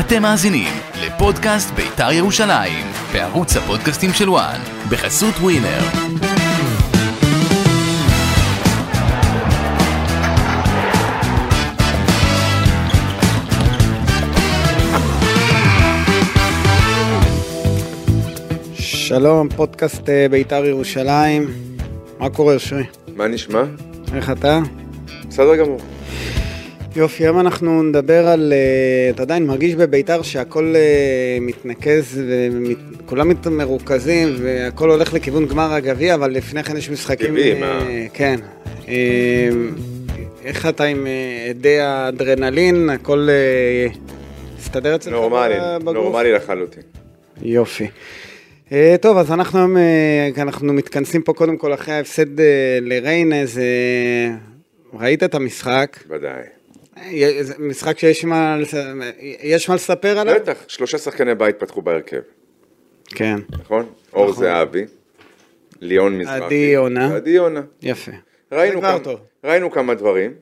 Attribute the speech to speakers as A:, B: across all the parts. A: אתם מאזינים לפודקאסט בית"ר ירושלים, בערוץ הפודקאסטים של וואן, בחסות ווינר.
B: שלום, פודקאסט אה, בית"ר ירושלים. מה קורה, אושרי?
C: מה נשמע?
B: איך אתה?
C: בסדר גמור.
B: יופי, היום אנחנו נדבר על... אה, אתה עדיין מרגיש בבית"ר שהכל אה, מתנקז וכולם מת... מרוכזים והכל הולך לכיוון גמר הגביע, אבל לפני כן יש משחקים...
C: טבעי,
B: אה,
C: מה?
B: כן. אה, איך אתה עם אה, הדי האדרנלין? הכל אה, הסתדר אצלך
C: נורמלי,
B: אה, בגוף?
C: נורמלי לחלוטין.
B: יופי. אה, טוב, אז אנחנו היום, אה, אנחנו מתכנסים פה קודם כל אחרי ההפסד אה, לריינז, אה, ראית את המשחק?
C: ודאי.
B: אה, זה משחק שיש מה, לס- אה, יש מה לספר עליו?
C: בטח, שלושה שחקני בית פתחו בהרכב,
B: כן,
C: נכון? אור זהבי, ליאון מזרחי.
B: עדי יונה.
C: עדי יונה.
B: יפה.
C: ראינו
B: כבר
C: כמה-
B: טוב.
C: ראינו כמה דברים,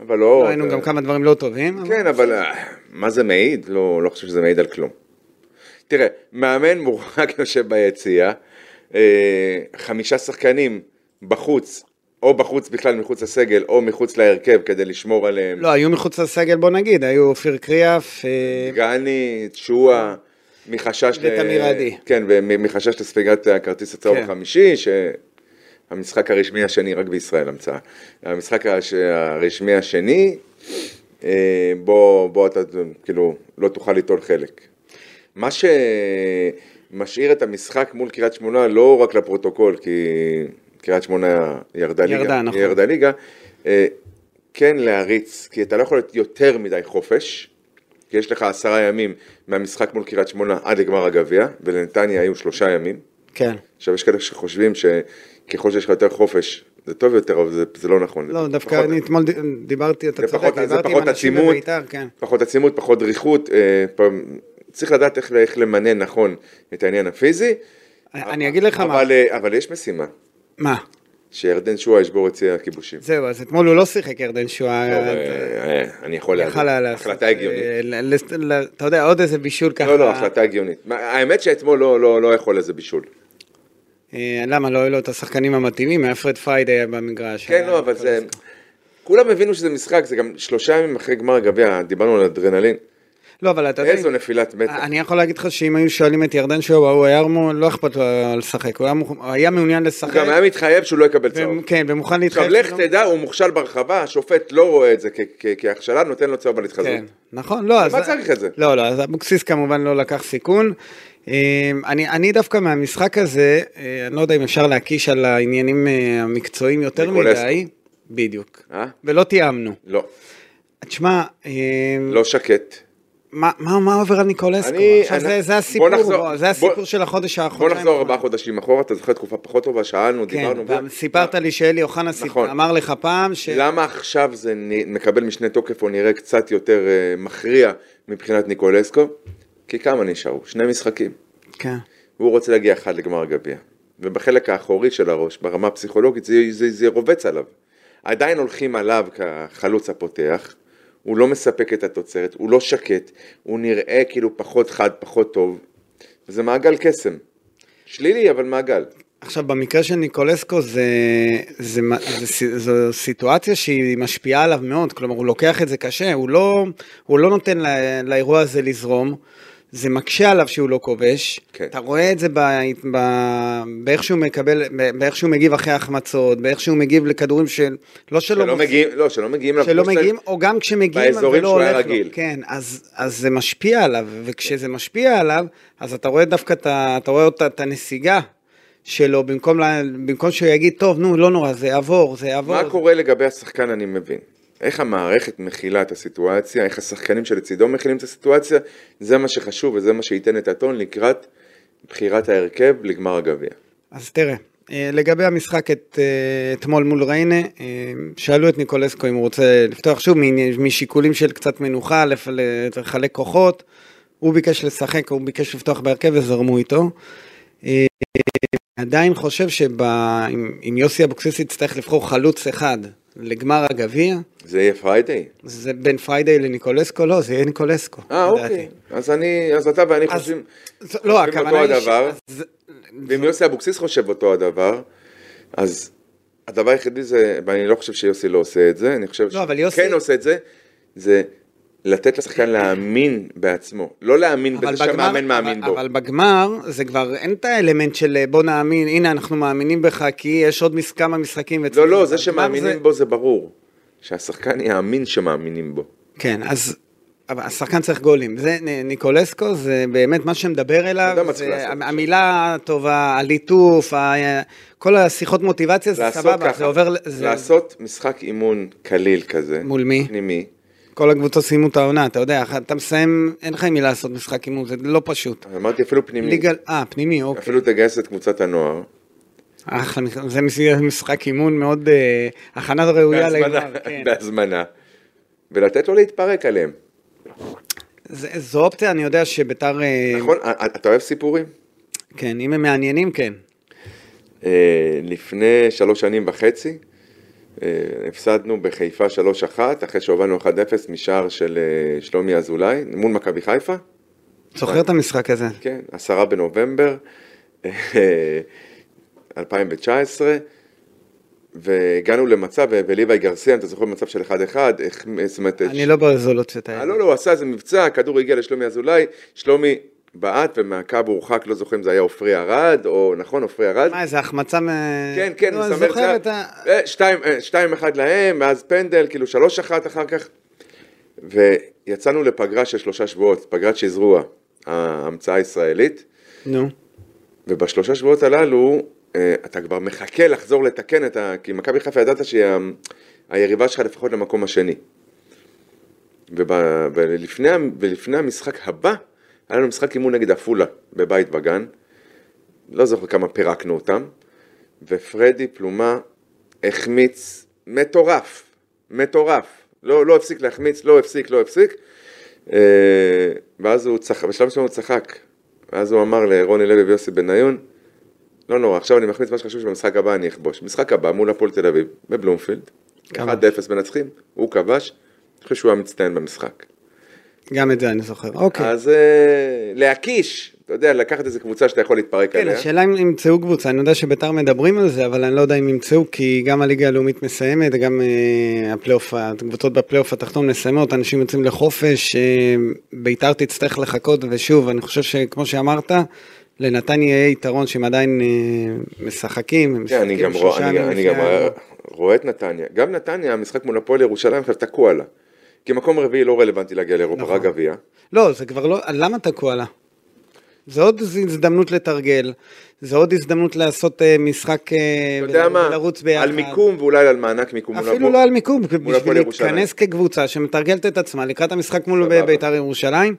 C: אבל לא...
B: ראינו
C: זה-
B: גם כמה דברים לא טובים. אבל-
C: כן, אבל אה, מה זה מעיד? לא לא חושב שזה מעיד על כלום. תראה, מאמן מורחק יושב ביציאה, אה, חמישה שחקנים בחוץ, או בחוץ בכלל מחוץ לסגל, או מחוץ להרכב כדי לשמור עליהם.
B: לא, היו מחוץ לסגל, בוא נגיד, היו אופיר קריאף, אה,
C: גני, תשואה, מחשש... ל-
B: ותמיר עדי.
C: כן, ומחשש לספיגת הכרטיס הצהוב
B: כן.
C: החמישי, שהמשחק הרשמי השני, רק בישראל המצאה. המשחק הש- הרשמי השני, אה, בו, בו אתה כאילו לא תוכל ליטול חלק. מה שמשאיר את המשחק מול קריית שמונה, לא רק לפרוטוקול, כי קריית שמונה ירדה ליגה.
B: ירדה, נכון.
C: ירדה ליגה. אה, כן להריץ, כי אתה לא יכול להיות יותר מדי חופש, כי יש לך עשרה ימים מהמשחק מול קריית שמונה עד לגמר הגביע, ולנתניה היו שלושה ימים.
B: כן.
C: עכשיו, יש כאלה שחושבים שככל שיש לך יותר חופש, זה טוב יותר, אבל זה, זה לא נכון.
B: לא,
C: זה
B: דווקא
C: פחות-
B: אני אתמול ד- דיברתי, אתה
C: זה
B: צודק,
C: פחות- זה
B: דיברתי עם
C: פחות
B: אנשים
C: עצימות.
B: בבית"ר, כן.
C: פחות עצימות, פחות דריכות, אה, פעם- צריך לדעת איך, איך למנן נכון את העניין הפיזי.
B: אני אגיד לך מה.
C: אבל, אה, אבל יש משימה,
B: מה?
C: שירדן שואה ישבור את צי הכיבושים.
B: זהו, אז אתמול הוא לא שיחק ירדן שואה.
C: טוב,
B: אה,
C: אה, אה, אני יכול להגיד,
B: יכל היה לעשות.
C: החלטה הגיונית.
B: אה, ל- לס- ל- אתה יודע, עוד איזה בישול ככה.
C: לא, לא, החלטה הגיונית. מה, האמת שאתמול לא- לא לא יכול איזה בישול.
B: כן, אה, למה, לא היו לו את השחקנים המתאימים? היה פרד פרייד היה במגרש.
C: כן,
B: היה
C: לא, אבל
B: כל
C: זה...
B: הזמן.
C: כולם הבינו שזה משחק, זה גם שלושה ימים אחרי גמר הגביע, דיברנו על אדרנלין.
B: לא, אבל אתה יודע... אה,
C: איזו נפילת מתח.
B: אני יכול להגיד לך שאם היו שואלים את ירדן שואה, הוא היה אמור, לא אכפת לו לשחק, הוא היה מוכ- הוא היה מעוניין לשחק.
C: הוא גם היה מתחייב שהוא לא יקבל צהוב.
B: ו- כן, ומוכן להתחייב.
C: עכשיו לך
B: שלא-
C: תדע, הוא מוכשל ברחבה, השופט לא רואה את זה כ- כ- כהכשלה, נותן לו צהוב על התחזות.
B: כן, נכון, לא, אז...
C: מה צריך את זה?
B: לא, לא, אז אבוקסיס כמובן לא לקח סיכון. אה, אני, אני דווקא מהמשחק הזה, אה, אני לא יודע אם אפשר להקיש על העניינים אה, המקצועיים יותר
C: ניקולסקו.
B: מדי. בדיוק.
C: אה?
B: ולא תיאמנו.
C: לא,
B: תשמע, אה,
C: לא שקט.
B: מה, מה, מה עובר על ניקולסקו?
C: אני-
B: עכשיו
C: אני-
B: זה, זה
C: בוא
B: הסיפור,
C: נחזור-
B: זה הסיפור
C: בוא-
B: של החודש האחרון.
C: בוא נחזור ארבעה חודשים אחורה, אתה זוכר תקופה פחות טובה, שאלנו,
B: כן,
C: דיברנו. אה.
B: גם סיפרת לי שאלי אוחנה סיפ-
C: נכון.
B: אמר לך פעם ש...
C: למה עכשיו זה נ- מקבל משנה תוקף או נראה קצת יותר אה, מכריע מבחינת ניקולסקו? כי כמה נשארו? שני משחקים.
B: כן.
C: והוא רוצה להגיע אחד לגמר הגביע. ובחלק האחורי של הראש, ברמה הפסיכולוגית, זה, זה, זה רובץ עליו. עדיין הולכים עליו כחלוץ הפותח, הוא לא מספק את התוצרת, הוא לא שקט, הוא נראה כאילו פחות חד, פחות טוב. זה מעגל קסם. שלילי, אבל מעגל.
B: עכשיו, במקרה של ניקולסקו, זה, זה, מה- זה, סי- זו סיטואציה שהיא משפיעה עליו מאוד, כלומר, הוא לוקח את זה קשה, הוא לא, הוא לא נותן לא, לאירוע הזה לזרום, זה מקשה עליו שהוא לא כובש,
C: כן.
B: אתה רואה את זה ב, ב, באיך שהוא מקבל, ב- באיך שהוא מגיב אחרי החמצות, באיך שהוא מגיב לכדורים של, לא שלא,
C: שלא מגיעים, לא, שלא מגיעים אליו.
B: שלא
C: כמו
B: מגיעים,
C: שצריך.
B: או גם כשמגיעים, אבל
C: באזורים
B: לא
C: שהוא
B: הולך
C: היה
B: לו.
C: רגיל.
B: כן, אז, אז זה משפיע עליו, וכשזה משפיע עליו, אז אתה רואה דווקא את, ה- אתה רואה אותה, את הנסיגה שלו, במקום, לה, במקום שהוא יגיד, טוב, נו, לא נורא, זה יעבור, זה יעבור.
C: מה קורה לגבי השחקן אני מבין. איך המערכת מכילה את הסיטואציה, איך השחקנים שלצידו מכילים את הסיטואציה, זה מה שחשוב וזה מה שייתן את הטון לקראת בחירת ההרכב לגמר הגביע.
B: אז תראה, אה, לגבי המשחק את, אה, אתמול מול ריינה, אה, שאלו את ניקולסקו אם הוא רוצה לפתוח שוב מעני- משיקולים של קצת מנוחה, לפ- לחלק כוחות. הוא ביקש לשחק, הוא ביקש לפתוח בהרכב וזרמו איתו. אה, עדיין חושב שאם יוסי אבוקסיס יצטרך לבחור חלוץ אחד לגמר הגביע,
C: זה יהיה פריידיי?
B: זה בין פריידי לניקולסקו, לא, זה יהיה ניקולסקו.
C: אה,
B: לדעתי.
C: אוקיי. אז אני, אז אתה ואני
B: אז-
C: חושבים...
B: ז- לא,
C: חושבים
B: הכוונה
C: אותו
B: היא ש...
C: הדבר.
B: אז-
C: ואם יוסי אבוקסיס חושב אותו הדבר, אז הדבר היחידי זה, ואני לא חושב שיוסי לא עושה את זה, אני חושב
B: לא, אבל
C: שהוא
B: יוסי-
C: כן עושה את זה, זה לתת לשחקן להאמין בעצמו, לא להאמין
B: אבל
C: בזה שהמאמן מאמין
B: אבל,
C: בו.
B: אבל בגמר, זה כבר אין את האלמנט של אה, בוא נאמין, הנה אנחנו מאמינים בך, כי יש עוד מס- כמה משחקים.
C: לא,
B: וצריך-
C: לא, זה
B: בגמר
C: שמאמינים בו זה ברור. שהשחקן יאמין שמאמינים בו.
B: כן, אז אבל השחקן צריך גולים. זה נ- ניקולסקו, זה באמת מה שמדבר
C: אתה יודע
B: אליו,
C: מה צריך
B: זה
C: לעשות
B: המ-
C: עכשיו.
B: המילה הטובה, הליטוף, ה- כל השיחות מוטיבציה, זה
C: לעשות
B: סבבה,
C: ככה,
B: זה עובר, ל- זה-
C: לעשות משחק אימון קליל כזה.
B: מול מי?
C: פנימי.
B: כל הקבוצות סיימו את העונה, אתה יודע, אתה מסיים, אין לך עם מי לעשות משחק אימון, זה לא פשוט.
C: אמרתי אפילו פנימי.
B: ליגה, אה, פנימי, אוקיי.
C: אפילו תגייס את קבוצת הנוער.
B: אחלה, זה מש- משחק אימון מאוד, אה, הכנה ראויה
C: בהזמנה,
B: לגמר, כן.
C: בהזמנה. ולתת לו להתפרק עליהם.
B: זה- זו אופציה, אני יודע שביתר, אה,
C: נכון? אה, אתה אוהב סיפורים?
B: כן, אם הם מעניינים, כן.
C: אה, לפני שלוש שנים וחצי, אה, הפסדנו בחיפה 3-1, אחרי שהובלנו 1-0 משער של אה, שלומי אזולאי, מול מכבי חיפה.
B: זוכר את המשחק הזה?
C: כן, עשרה בנובמבר אה, 2019, והגענו למצב, ו- וליוואי גרסיה, אתה זוכר מצב של 1-1, איך- זאת אומרת...
B: אני לא ברזולוציות האלה.
C: אה, לא, לא, הוא עשה איזה מבצע, הכדור הגיע לשלומי אזולאי, שלומי בעט ומהקו הורחק, לא זוכר אם זה היה עופרי ארד, או נכון, עופרי ארד.
B: מה, איזה החמצה מ...
C: כן, כן,
B: נו,
C: הוא
B: אני
C: סמר
B: זוכר את
C: צה"ל.
B: ה...
C: אה, שתיים, אה, שתיים אחד להם, ואז פנדל, כאילו שלוש אחת אחר כך. ויצאנו לפגרה של שלושה שבועות, פגרת שזרוע, ההמצאה הישראלית.
B: נו.
C: ובשלושה שבועות הללו, אה, אתה כבר מחכה לחזור לתקן את ה... כי מכבי חיפה ידעת שהיא ה- היריבה שלך לפחות למקום השני. וב... ולפני, ה- ולפני המשחק הבא, היה לנו משחק אימון נגד עפולה בבית בגן, לא זוכר כמה פירקנו אותם, ופרדי פלומה החמיץ מטורף, מטורף. לא, לא הפסיק להחמיץ, לא הפסיק, לא הפסיק. אה, ואז הוא צחק, בשלב מסוים הוא צחק. ואז הוא אמר לרוני לוי ויוסי בניון, לא נורא, עכשיו אני מחמיץ מה שחשוב שבמשחק הבא אני אכבוש. משחק הבא מול הפועל תל אביב, בבלומפילד, 1-0
B: כבש.
C: מנצחים, הוא כבש, אני חושב שהוא היה מצטיין במשחק.
B: גם את זה אני זוכר. אוקיי.
C: אז אה, להקיש, אתה יודע, לקחת איזה קבוצה שאתה יכול להתפרק
B: כן,
C: עליה.
B: השאלה אם ימצאו קבוצה, אני יודע שביתר מדברים על זה, אבל אני לא יודע אם ימצאו, כי גם הליגה הלאומית מסיימת, גם אה, הפלייאוף, הקבוצות בפלייאוף התחתון מסיימות, אנשים יוצאים לחופש, אה, ביתר תצטרך לחכות, ושוב, אני חושב שכמו שאמרת, לנתניה יהיה יתרון שהם עדיין אה, משחקים, הם
C: כן, אני
B: משחקים
C: גם רוא-
B: שלושה
C: אני-
B: ימים
C: אני
B: לפני
C: גם
B: ה-
C: רואה- רואה את נתניה. גם נתניה, המשחק מול הפועל ירושלים עכשיו תקוע לה. כי מקום רביעי לא רלוונטי להגיע לאירופה,
B: נכון.
C: רק גביע.
B: לא, זה כבר לא, למה תקוע לה? זה עוד ז- הזדמנות לתרגל, זה עוד הזדמנות לעשות אה, משחק אה,
C: אתה יודע מה,
B: ולרוץ ביחד.
C: על מיקום ואולי על מענק מיקום. מול
B: אפילו
C: הפועל-
B: לא על מיקום,
C: מול
B: בשביל
C: הפועל ירושלים.
B: להתכנס כקבוצה שמתרגלת את עצמה לקראת המשחק מול
C: סבבה.
B: בית"ר ירושלים.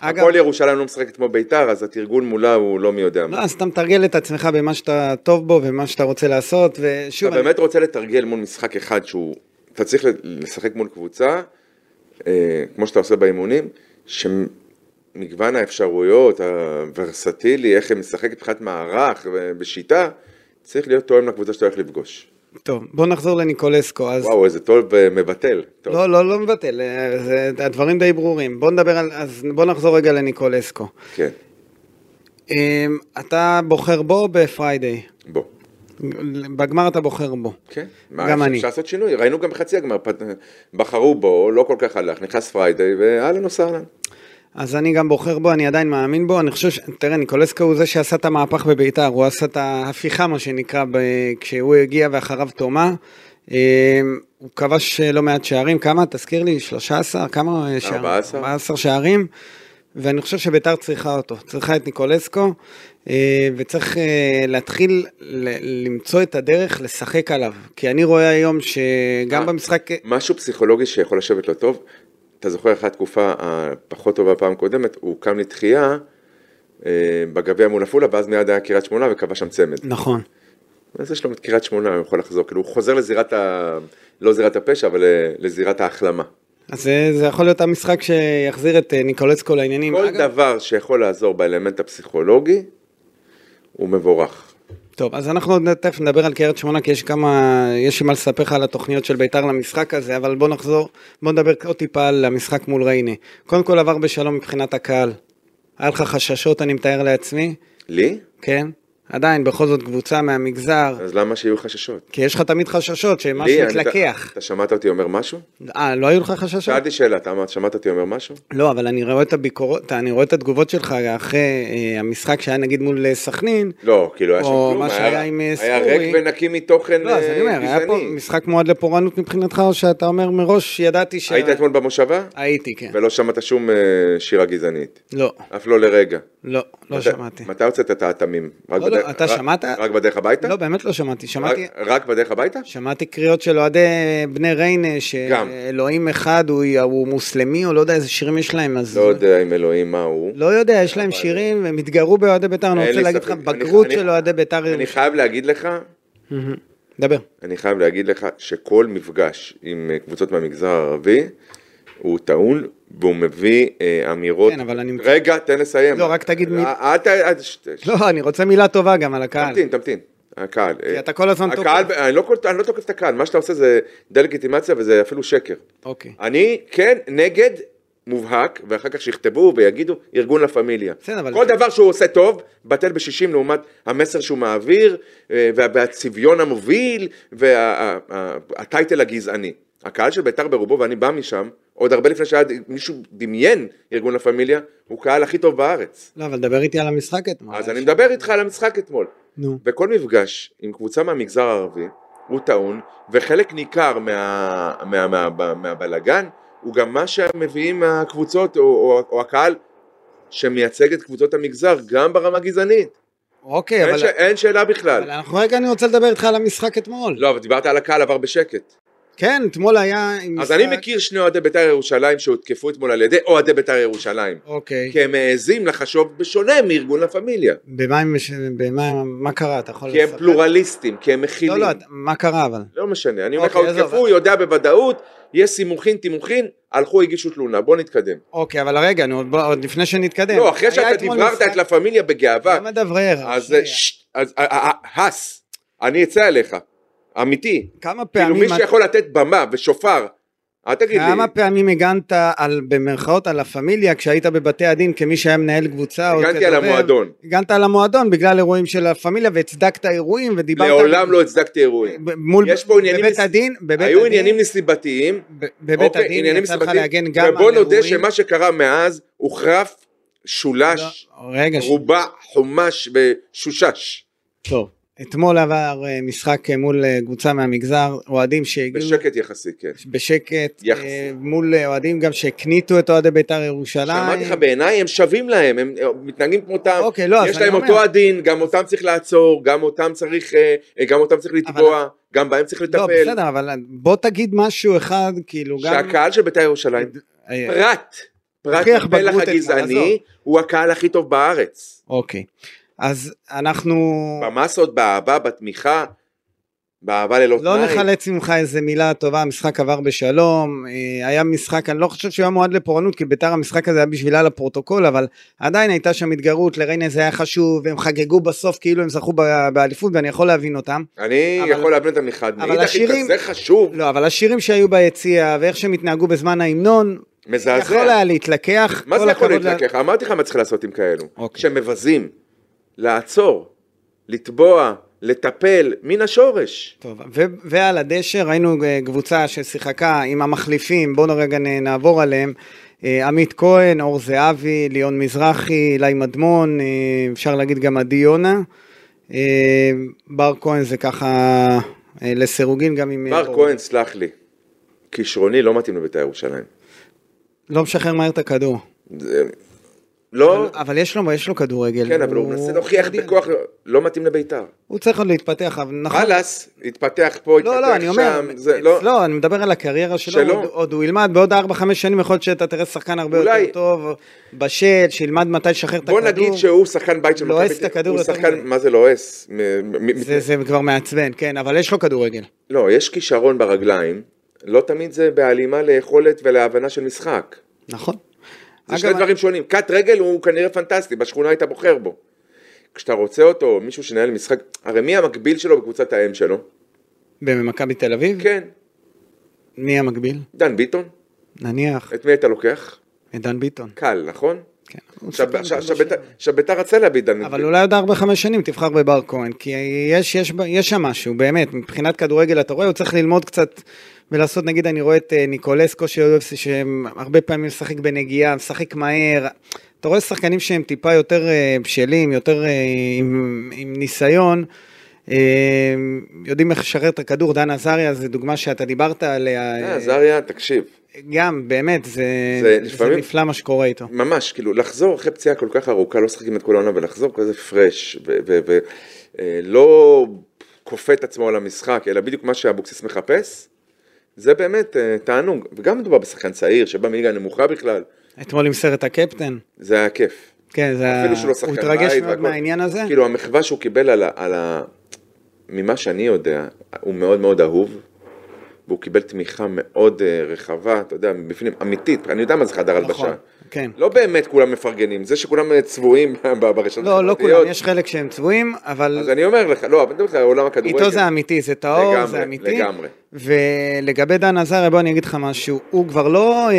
B: אגב,
C: הפועל ירושלים לא משחקת כמו ביתר, אז התרגול מולה הוא לא מי יודע
B: לא,
C: מה.
B: אז אתה מתרגל את עצמך במה שאתה טוב בו ובמה שאתה רוצה לעשות, ושוב,
C: אתה
B: אני-
C: באמת רוצה לתרגל מול משחק אחד שהוא, אתה צריך לשחק מול קבוצה, אה, כמו שאתה עושה באימונים, שמגוון האפשרויות, הוורסטילי, איך היא משחקת מבחינת מערך ובשיטה, צריך להיות תואם לקבוצה שאתה הולך לפגוש.
B: טוב, בוא נחזור לניקולסקו, אז
C: וואו, איזה טוב אה, מבטל. טוב.
B: לא, לא, לא מבטל, אה, זה- הדברים די ברורים. בוא נדבר על, אז בוא נחזור רגע לניקולסקו.
C: כן,
B: אמ, אתה בוחר בו בפריידיי,
C: בוא.
B: בגמר אתה בוחר בו.
C: כן,
B: גם אני.
C: אפשר לעשות שינוי, ראינו גם בחצי הגמר, פת- בחרו בו, לא כל כך הלך, נכנס פריידיי, ואהלן וסהלן.
B: אז אני גם בוחר בו, אני עדיין מאמין בו, אני חושב ש... תראה, ניקולסקו הוא זה שעשה את המהפך בביתר, הוא עשה את ההפיכה, מה שנקרא, ב... כשהוא הגיע ואחריו תומה. אמ, הוא כבש אה, לא מעט שערים, כמה? תזכיר לי, 13? כמה אה, שערים?
C: 14.
B: 14 שערים. ואני חושב שביתר צריכה אותו, צריכה את ניקולסקו, אה, וצריך אה, להתחיל ל- למצוא את הדרך לשחק עליו. כי אני רואה היום שגם
C: אה,
B: במשחק...
C: משהו פסיכולוגי שיכול לשבת לו טוב, אתה זוכר אחת התקופה הפחות טובה פעם קודמת, הוא קם לתחייה אה, בגביע מול עפולה, ואז מיד היה קריית שמונה וקבע שם צמד.
B: נכון.
C: אז יש לו את קריית שמונה, הוא יכול לחזור, כאילו הוא חוזר לזירת ה... לא זירת הפשע, אבל אה, לזירת ההחלמה.
B: אז זה, זה יכול להיות המשחק שיחזיר את אה, ניקולסקו לעניינים.
C: כל
B: אגב,
C: דבר שיכול לעזור באלמנט הפסיכולוגי, הוא מבורך.
B: טוב, אז אנחנו עוד תכף נדבר על קריית שמונה, כי יש כמה, יש לי מה לספר לך על התוכניות של ביתר למשחק הזה, אבל בוא נחזור, בוא נדבר עוד טיפה על המשחק מול ריינה. קודם כל עבר בשלום מבחינת הקהל. היה לך חששות, אני מתאר לעצמי,
C: לי?
B: כן? עדיין, בכל זאת קבוצה מהמגזר,
C: אז למה שיהיו חששות?
B: כי יש לך תמיד חששות שמשהו
C: לי, אני-
B: יתלקח.
C: אתה- אתה שמעת אותי אומר משהו?
B: אה, לא היו לך חששות?
C: שאלתי שאלה, אתה אמרת, שמעת אותי אומר משהו?
B: לא, אבל אני רואה את הביקורות, אני רואה את התגובות שלך אחרי אה, המשחק שהיה נגיד מול אה, סכנין.
C: לא, כאילו היה שם
B: או
C: כלום.
B: מה
C: היה-
B: שהיה עם, אה,
C: היה
B: ספורי.
C: ריק ונקי מתוכן
B: לא, אז
C: אה,
B: אני אומר, היה פה
C: גזעני.
B: משחק מועד לפורענות מבחינתך, או שאתה אומר מראש, ידעתי ש...
C: היית אתמול במושבה?
B: הייתי, כן.
C: ולא שמעת שום אה, שירה גזענית.
B: לא,
C: אף לא לרגע.
B: לא, לא
C: מתי-
B: שמעתי.
C: מתי הוצאת את האטמים? רק
B: לא, לא,
C: בדרך-
B: אתה
C: רק-
B: שמעת?
C: רק בדרך הביתה?
B: לא, באמת לא שמעתי.
C: רק-
B: שמעתי...
C: רק בדרך הביתה?
B: שמעתי קריאות של אוהדי בני ריינה,
C: גם.
B: שאלוהים אחד הוא, הוא מוסלמי, או לא יודע איזה שירים יש להם, אז...
C: לא יודע אם אלוהים מה הוא.
B: לא יודע, יש להם שירים, הם התגרו באוהדי ביתר, אני
C: אין
B: רוצה
C: לי
B: להגיד לך,
C: ספק. אני-
B: בגרות
C: אני-
B: של אוהדי ביתר...
C: אני חייב להגיד לך,
B: מהמם. דבר.
C: אני חייב להגיד לך שכל מפגש עם אה, קבוצות מהמגזר הערבי, הוא טעון והוא מביא אה, אמירות.
B: כן, אבל אני-
C: רגע, תן לסיים.
B: לא, רק תגיד מי-
C: אה, אל ת... אל ת-
B: לא, אני רוצה מילה טובה גם על הקהל.
C: תמתין, תמתין. הקהל.
B: כי אתה כל הזמן
C: הקהל,
B: תוקף.
C: אני לא, כל- אני לא תוקף את הקהל, מה שאתה עושה זה דה-לגיטימציה וזה אפילו שקר.
B: אוקיי.
C: אני כן נגד מובהק, ואחר כך שיכתבו ויגידו ארגון לה פמיליה.
B: בסדר, כן, אבל-
C: כל דבר שהוא עושה טוב, בטל בשישים לעומת המסר שהוא מעביר, אה, וה- והצביון המוביל, והטייטל הגזעני. הקהל של בית"ר ברובו, ואני בא משם, עוד הרבה לפני שמישהו דמיין ארגון לה פמיליה, הוא קהל הכי טוב בארץ.
B: לא, אבל דבר איתי על המשחק אתמול.
C: אז אני מדבר איתך על המשחק אתמול.
B: נו.
C: וכל מפגש עם קבוצה מהמגזר הערבי הוא טעון, וחלק ניכר מה, מה, מה, מה, מהבלגן הוא גם מה שמביאים הקבוצות או, או, או הקהל שמייצג את קבוצות המגזר גם ברמה גזענית.
B: אוקיי,
C: אין,
B: אבל...
C: ש... אין שאלה בכלל.
B: אבל אנחנו רגע, אני רוצה לדבר איתך על המשחק אתמול.
C: לא, אבל דיברת על הקהל עבר בשקט.
B: כן, אתמול היה עם
C: אז
B: משחק...
C: אני מכיר שני אוהדי בית"ר ירושלים שהותקפו אתמול על ידי אוהדי בית"ר ירושלים.
B: אוקיי.
C: כי הם העזים לחשוב בשונה מארגון לה פמיליה.
B: במה הם... מש- במה... מה קרה? אתה יכול
C: כי הם
B: לספר?
C: פלורליסטים, כי הם
B: לא,
C: מכילים.
B: לא, אתה- מה קרה אבל?
C: לא משנה, אני אומר לך,
B: אוקיי,
C: הותקפו,
B: עזוב.
C: הוא יודע בוודאות, יש סימוכין, תימוכין, הלכו, הגישו תלונה, בוא נתקדם.
B: אוקיי, אבל רגע, נו, בוא, עוד לפני שנתקדם.
C: לא, אחרי
B: כן, היה
C: שאתה
B: אתמול
C: דבררת
B: משחק-
C: את לה פמיליה בגאווה,
B: למה דברר?
C: אז
B: שנייה.
C: ששט, אז, אה, אה, אה, הס, אני אצא עליך, אמיתי.
B: כמה פעמים...
C: כאילו מי
B: את-
C: שיכול לתת במה ושופר, אל תגיד לי,
B: כמה פעמים הגנת על, במרכאות על הפמיליה כשהיית בבתי הדין כמי שהיה מנהל קבוצה או
C: הגנתי על
B: כדובר?
C: המועדון.
B: הגנת על המועדון בגלל אירועים של הפמיליה והצדקת אירועים ודיברת...
C: לעולם לא הצדקתי אירועים.
B: ב- מול...
C: יש פה עניינים
B: בבית
C: נס-
B: הדין, בבית
C: היו
B: הדין,
C: עניינים נסיבתיים,
B: ב- בבית
C: אוקיי,
B: הדין
C: עניינים
B: יצא לך
C: נסיבתיים,
B: להגן גם על
C: ובוא
B: אירועים...
C: נודה שמה שקרה מאז הוחרף, שולש,
B: לא, רגע, ש...
C: רובע, חומש ושושש.
B: טוב. אתמול עבר אה, משחק אה, מול אה, קבוצה מהמגזר, אוהדים שהגיעו...
C: בשקט יחסי, כן.
B: בשקט,
C: יחס.
B: אה, מול אה, אוהדים גם שהקניטו את אוהדי בית"ר ירושלים.
C: שאמרתי לך בעיניי הם שווים להם, הם אה, מתנהגים כמותם,
B: אוקיי, לא, אז
C: יש
B: אני
C: להם
B: אומר.
C: אותו הדין, גם אותם צריך לעצור, גם אותם צריך, אה, אה, גם אותם צריך לתבוע, גם בהם צריך
B: לא,
C: לטפל,
B: בסדר, אבל בוא תגיד משהו אחד, כאילו גם...
C: שהקהל של בית"ר ירושלים,
B: אה,
C: פרט, פרט
B: הוכיח
C: הפלח
B: בגרות אתמול,
C: הגזעני,
B: עזוב.
C: הוא הקהל הכי טוב בארץ,
B: אוקיי. אז אנחנו...
C: במסות, באהבה, בתמיכה, באהבה ללא
B: לא
C: תנאי,
B: נחלץ ממך איזה מילה טובה, המשחק עבר בשלום, אה, היה משחק, אני לא חושב שהוא היה מועד לפורענות, כי ביתר המשחק הזה היה בשבילה לפרוטוקול, אבל עדיין הייתה שם התגרות, לריינה זה היה חשוב, הם חגגו בסוף כאילו הם זכו ב- באליפות, ואני יכול להבין אותם.
C: אני
B: אבל-
C: יכול להבין אותם מחד,
B: אבל
C: מאידך היא
B: השירים-
C: כזה חשוב,
B: לא, אבל השירים שהיו ביציע, ואיך שהם התנהגו בזמן ההמנון, יכול
C: מזעזע,
B: היה להתלקח.
C: מה
B: כל
C: זה יכול
B: הכבוד ל-
C: להתלקח, אמרתי לך מה צריך לעשות עם כאלו,
B: אוקיי.
C: שמבזים, לעצור, לתבוע, לטפל מן השורש.
B: טוב, ו- ועל הדשא ראינו אה, קבוצה ששיחקה עם המחליפים, בואו רגע נ- נעבור עליהם. אה, עמית כהן, אור זהבי, ליאון מזרחי, אילי מדמון, אה, אפשר להגיד גם עדי יונה. אה, בר כהן זה ככה אה, לסירוגין גם עם... אה,
C: בר כהן, סלח לי, כישרוני לא מתאים לבית"ר ירושלים.
B: לא משחרר מהר את הכדור.
C: זה- לא,
B: אבל- אבל יש לו, יש לו כדורגל.
C: כן, אבל הוא מנסה להוכיח בכוח, לא מתאים לבית"ר.
B: הוא צריך עוד להתפתח, אבל נכון.
C: חלאס, התפתח פה,
B: לא, לא,
C: התפתח
B: אני אומר,
C: שם, זה לא,
B: אצלו, אני מדבר על הקריירה שלו,
C: שלו.
B: עוד, עוד הוא ילמד בעוד 4-5 שנים, יכול להיות שאתה תראה שחקן הרבה
C: אולי-
B: יותר טוב, בשל, שילמד מתי לשחרר את
C: בוא
B: הכדור.
C: נגיד שהוא שחקן בית של
B: לועס
C: מכבי
B: את
C: תל-
B: הכדור
C: הוא
B: יותר
C: שחקן,
B: מדי.
C: מה זה לועס? מ- מ- מ-
B: זה, זה כבר מעצבן, כן, אבל יש לו כדורגל.
C: לא, יש כישרון ברגליים, לא תמיד זה בהלימה ליכולת ולהבנה של משחק.
B: נכון.
C: זה שני דברים שונים. קט רגל הוא כנראה פנטסטי, בשכונה היית בוחר בו. כשאתה רוצה אותו, או מישהו שנהל משחק, הרי מי המקביל שלו בקבוצת האם שלו?
B: במכבי תל אביב?
C: כן,
B: מי המקביל?
C: דן ביטון.
B: נניח,
C: את מי אתה לוקח?
B: את דן ביטון.
C: קל, נכון?
B: כן.
C: עכשיו, עכשיו- עכשיו ביתר- עכשיו ביתר רצה להביא את דן
B: אבל
C: ביטון.
B: אולי עוד 4-5 שנים תבחר בבר כהן, כי יש, יש, ב- יש שם משהו, באמת, מבחינת כדורגל אתה רואה, הוא צריך ללמוד קצת ולעשות, נגיד, אני רואה את אה, ניקולסקו, שיודע- שהרבה פעמים משחק בנגיעה, משחק מהר, אתה רואה שחקנים שהם טיפה יותר אה, בשלים, יותר אה, עם, עם ניסיון. אה, יודעים איך לשחרר את הכדור, דן עזריה זו דוגמה שאתה דיברת עליה,
C: אה, עזריה, תקשיב,
B: גם באמת, זה,
C: זה
B: זה,
C: לפעמים-
B: נפלא מה שקורה איתו.
C: ממש, כאילו, לחזור אחרי פציעה כל כך ארוכה, לא לשחק עם את כל העונה, ולחזור כזה פרש, ולא אה, לא כופה את עצמו על המשחק, אלא בדיוק מה שאבוקסיס מחפש, זה באמת אה, תענוג. וגם מדובר בשחקן צעיר, שבא מליגה נמוכה בכלל,
B: אתמול עם סרט הקפטן,
C: זה היה כיף.
B: כן, זה היה-
C: אפילו שהוא לא שחקן
B: הוא
C: בית.
B: התרגש מאוד
C: והכל.
B: מהעניין הזה.
C: כאילו המחווה שהוא קיבל על ה... על ה... ממה שאני יודע, הוא מאוד מאוד אהוב, והוא קיבל תמיכה מאוד אה, רחבה, אתה יודע, מבפנים, אמיתית, אני יודע מה זה חדר הלבשה.
B: נכון, כן.
C: לא באמת כולם מפרגנים, זה שכולם אה, צבועים ב- ברשתות
B: לא, לא
C: החברתיות,
B: כולם, יש חלק שהם צבועים,
C: אז
B: אבל
C: אני אומר לך, לא, אבל אני מדבר איתך על עולם הכדורגל.
B: איתו זה אמיתי, זה טהור,
C: לגמרי,
B: זה אמיתי.
C: לגמרי.
B: ולגבי דן עזריה, בוא אני אגיד לך משהו, הוא כבר לא... אה,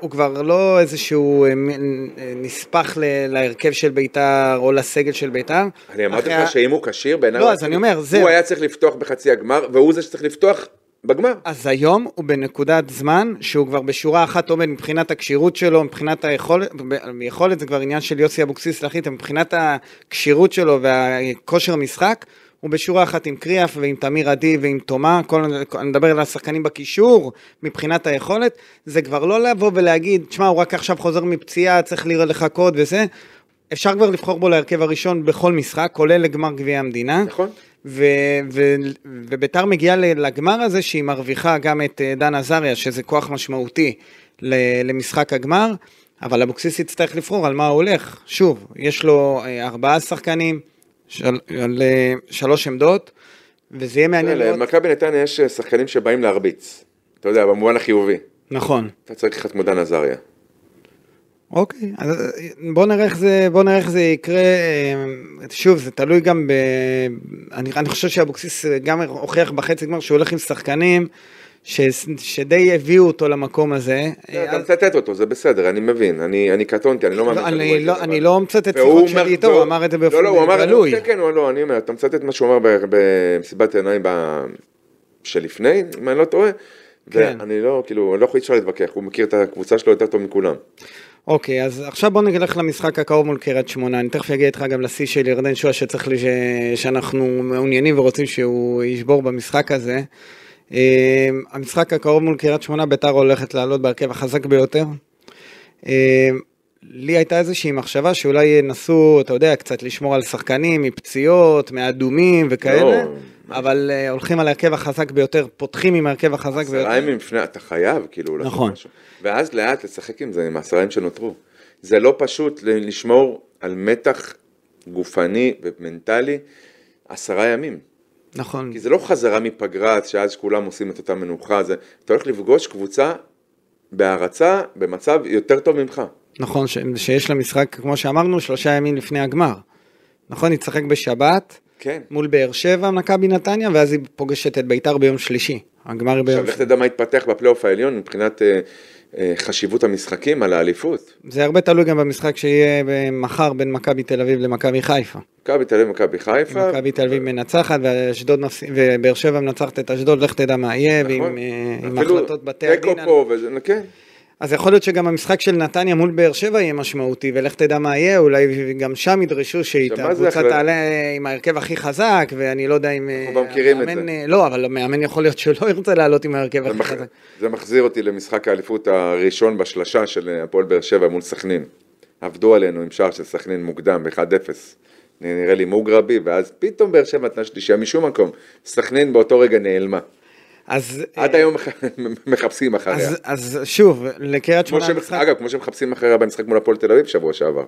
B: הוא כבר לא איזשהו אה, מ- אה, נספח ל- להרכב של בית"ר או לסגל של בית"ר.
C: אני אמרתי
B: אחרי
C: לך
B: ה-
C: שאם הוא כשיר, בעיניי...
B: לא,
C: הוא
B: אז
C: היה
B: אני
C: צריך-
B: אומר, זהו.
C: הוא היה צריך לפתוח בחצי הגמר, והוא זה שצריך לפתוח בגמר.
B: אז היום הוא בנקודת זמן שהוא כבר בשורה אחת עומד מבחינת הכשירות שלו, מבחינת היכולת, ב- יכולת זה כבר עניין של יוסי אבוקסיס להחליט, מבחינת הכשירות שלו והכושר משחק, הוא בשורה אחת עם קריאף ועם תמיר עדי ועם תומה, כל, אני מדבר על השחקנים בקישור, מבחינת היכולת, זה כבר לא לבוא ולהגיד, תשמע, הוא רק עכשיו חוזר מפציעה, צריך לראות לחכות וזה, אפשר כבר לבחור בו להרכב הראשון בכל משחק, כולל לגמר גביע המדינה.
C: נכון.
B: ו- ו- וביתר מגיעה ל- לגמר הזה שהיא מרוויחה גם את אה, דן עזריה, שזה כוח משמעותי ל- למשחק הגמר, אבל אבוקסיס יצטרך לבחור על מה הוא הולך. שוב, יש לו אה, ארבעה שחקנים, של, על אה, שלוש עמדות, וזה יהיה מעניין
C: תראה,
B: לראות.
C: למכבי נתניה יש אה, שחקנים שבאים להרביץ. אתה יודע, במובן החיובי.
B: נכון.
C: אתה צריך לך כמו דן
B: אה,
C: עזריה.
B: אוקיי, אז אה, בוא נראה איך זה, בוא נראה איך זה יקרה, אה, שוב, זה תלוי גם ב... אני, אני חושב שאבוקסיס אה, גם הוכיח בחצי גמר שהוא הולך עם שחקנים ש, שדי הביאו אותו למקום הזה. אה,
C: אתה
B: אז-
C: מצטט אותו, זה בסדר, אני מבין. אני אני קטונתי, אני לא מאמין.
B: לא, אני
C: בכדורגל,
B: לא,
C: אבל-
B: אני לא מצטט
C: והוא
B: שיחות
C: אומר-
B: שלי איתו, הוא
C: והוא-
B: אמר את זה
C: לא, לא, הוא
B: באופן
C: אמר-
B: גלוי.
C: כן, כן, הוא- לא, אני אומר, אתה מצטט מה שהוא אמר ב- במסיבת העיניים ב- שלפני, אם אני לא טועה.
B: כן.
C: ואני לא, כאילו, לא יכול אי אפשר להתווכח, הוא מכיר את הקבוצה שלו יותר טוב מכולם.
B: אוקיי, אז עכשיו בוא נלך למשחק הקרוב מול קריית שמונה. אני תכף אגיע איתך גם לשיא של ירדן שואה שצריך לי, ש... שאנחנו מעוניינים ורוצים שהוא ישבור במשחק הזה. אה, המשחק הקרוב מול קריית שמונה, ביתר הולכת לעלות בהרכב החזק ביותר. אה, לי הייתה איזושהי מחשבה שאולי ינסו, אתה יודע, קצת לשמור על שחקנים מפציעות, מאדומים וכאלה,
C: לא.
B: אבל אה, הולכים על ההרכב החזק ביותר, פותחים עם ההרכב החזק
C: עשרה
B: ביותר.
C: ימים לפני, אתה חייב, כאילו, לעשות
B: נכון.
C: משהו. ואז לאט לשחק עם זה, עם העשרה ימים שנותרו. זה לא פשוט ל- לשמור על מתח גופני ומנטלי עשרה ימים.
B: נכון.
C: כי זה לא חזרה מפגרה, שאז כולם עושים את אותה מנוחה, זה, אתה הולך לפגוש קבוצה בהערצה, במצב יותר טוב ממך.
B: נכון, ש... שיש לה משחק, כמו שאמרנו, שלושה ימים לפני הגמר. נכון, היא תשחק בשבת
C: כן.
B: מול באר שבע, מכבי נתניה, ואז היא פוגשת את ביתר ביום שלישי. הגמר היא ביום
C: עכשיו, לך
B: שלישי.
C: תדע מה יתפתח בפלייאוף העליון מבחינת אה, אה, חשיבות המשחקים על האליפות.
B: זה הרבה תלוי גם במשחק שיהיה ב- מחר בין מכבי תל אביב למכבי חיפה.
C: מכבי תל אביב, מכבי חיפה.
B: מכבי תל אביב מנצחת, ואשדוד מפס... ובאר שבע מנצחת את אשדוד, לך תדע מה יהיה,
C: נכון.
B: ועם אה, עם
C: אפילו
B: החלטות בתי הדין.
C: תיקו פה, וזה, כן.
B: אז יכול להיות שגם המשחק של נתניה מול באר שבע יהיה משמעותי, ולך תדע מה יהיה, אולי גם שם ידרשו
C: עכשיו, מה זה
B: שהקבוצה
C: החלט-
B: תעלה עם ההרכב הכי חזק, ואני לא יודע אם...
C: כבר מכירים את
B: המאמן-
C: זה.
B: לא, אבל המאמן יכול להיות שלא ירצה לעלות עם ההרכב
C: זה
B: הכי
C: מח-
B: חזק.
C: זה מחזיר אותי למשחק האליפות הראשון בשלשה של הפועל באר שבע מול סכנין. עבדו עלינו עם שער של סכנין מוקדם ב-1-0. נראה לי מוגרבי, ואז פתאום באר שבע נתנה שלישייה משום מקום. סכנין באותו רגע נעלמה.
B: אז...
C: עד
B: אה,
C: היום מחפשים אחריה.
B: אז, אז שוב, לקריית
C: כמו
B: שמונה
C: שהם-
B: המשחק...
C: אגב, כמו שמחפשים אחריה במשחק מול הפועל תל אביב שבוע שעבר. אה,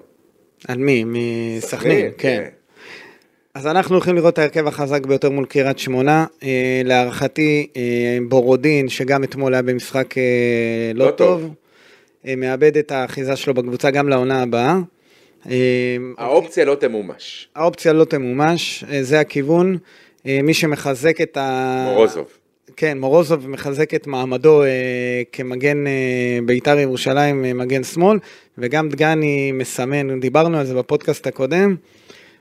B: על מי? מסכנין, כן. אז אנחנו הולכים לראות את ההרכב החזק ביותר מול קריית שמונה. אה, להערכתי, אה, בורודין, שגם אתמול היה במשחק אה, לא,
C: לא
B: לא
C: טוב.
B: טוב, אה, מאבד את האחיזה שלו בקבוצה גם לעונה הבאה. אה,
C: האופציה לא תמומש.
B: האופציה לא תמומש, אה, זה הכיוון. אה, מי שמחזק את ה...
C: מורוזוב.
B: כן, מורוזוב מחזק את מעמדו אה, כמגן אה, בית"ר ירושלים, אה, מגן שמאל, וגם דגני מסמן, דיברנו על זה בפודקאסט הקודם.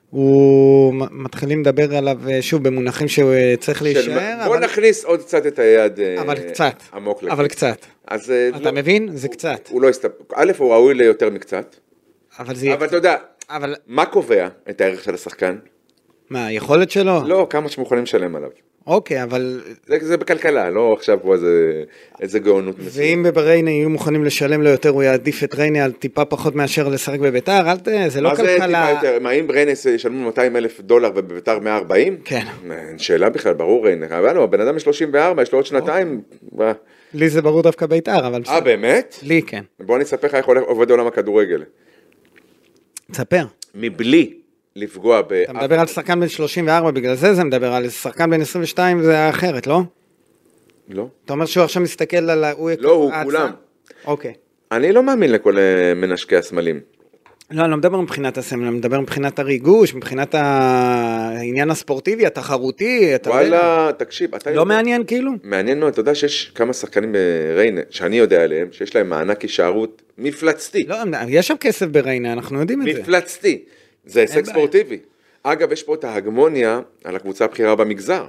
B: הוא מ- מתחילים לדבר עליו אה, שוב במונחים שהוא אה, צריך
C: של-
B: להישאר,
C: בוא
B: אבל,
C: נכניס עוד קצת את היד אה,
B: אבל קצת,
C: עמוק לכיס.
B: אבל קצת.
C: אז, אה,
B: אתה
C: לא-
B: מבין? זה קצת.
C: הוא לא הסתפק, א', הוא ראוי ליותר מקצת,
B: אבל זה יהיה
C: אבל
B: קצת.
C: אתה יודע,
B: אבל
C: מה קובע את הערך של השחקן?
B: מה, היכולת שלו?
C: לא, כמה שמוכנים לשלם עליו.
B: אוקיי, אבל...
C: זה, זה בכלכלה, לא עכשיו פה איזה, איזה גאונות מסוימת.
B: ואם בריינה יהיו מוכנים לשלם לו יותר, הוא יעדיף את ריינה על טיפה פחות מאשר לשחק בביתר? אל ת... זה לא
C: מה זה טיפה
B: כלכלה...
C: יותר? מה, אם ריינס ישלמו 200 אלף דולר ובביתר 140?
B: כן.
C: אין שאלה בכלל, ברור ריינס. אבל לא, הבן אדם יש 34, יש לו עוד
B: אוקיי.
C: שנתיים. מה?
B: לי זה ברור דווקא ביתר, אבל...
C: אה, באמת?
B: לי כן.
C: בוא אני אספר לך איך הולך- עובד עולם הכדורגל.
B: תספר.
C: מבלי לפגוע ב...
B: אתה מדבר על שחקן בן 34, בגלל זה זה מדבר על שחקן בן 22, זה היה אחרת, לא?
C: לא.
B: אתה אומר שהוא עכשיו מסתכל על ה... הוא-
C: לא, הוא
B: ההצעה?
C: כולם.
B: אוקיי.
C: אני לא מאמין לכל אה, מנשקי הסמלים.
B: לא, אני לא מדבר מבחינת הסמל, אני מדבר מבחינת הריגוש, מבחינת העניין הספורטיבי, התחרותי, אתה יודע.
C: וואלה, תקשיב, אתה...
B: לא
C: יודע-
B: מעניין כאילו?
C: מעניין מאוד, אתה יודע שיש כמה שחקנים בריינה, שאני יודע עליהם, שיש להם מענק הישארות מפלצתי.
B: לא, יש שם כסף בריינה, אנחנו יודעים את זה.
C: מפלצתי. זה הישג
B: בעיה.
C: ספורטיבי. אגב, יש פה את ההגמוניה על הקבוצה הבכירה במגזר.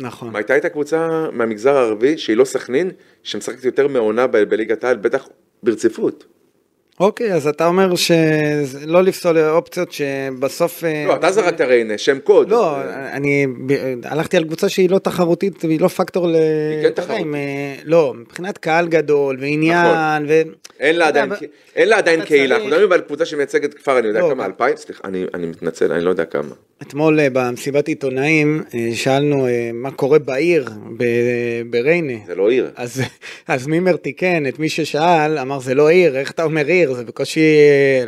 B: נכון.
C: הייתה את הקבוצה מהמגזר הערבי, שהיא לא סכנין, שמשחקת יותר מעונה ב- בליגת העל, בטח ברציפות.
B: אוקיי, אז אתה אומר שלא לפסול אופציות שבסוף... אה,
C: לא, אתה זרקת ריינה, שם קוד.
B: לא,
C: אז, אה,
B: אני ב- הלכתי על קבוצה שהיא לא תחרותית והיא לא פקטור ל...
C: כן
B: אתה יודע,
C: תחרותית.
B: עם, אה, לא, מבחינת קהל גדול ועניין ו...
C: נכון. אין לה
B: אתה יודע,
C: עדיין,
B: אבל-
C: אין לה עדיין
B: אתה
C: קהילה,
B: צריך-
C: אנחנו מדברים על קבוצה שמייצגת כפר, אני יודע
B: לא,
C: כמה,
B: גם-
C: אלפיים? סליחה, אני אני מתנצל, אני לא יודע כמה.
B: אתמול אה, במסיבת עיתונאים אה, שאלנו אה, מה קורה בעיר ב- בריינה.
C: זה לא עיר.
B: אז, אז מימר תיקן את מי ששאל, אמר זה לא עיר, איך אתה אומר עיר? זה בקושי,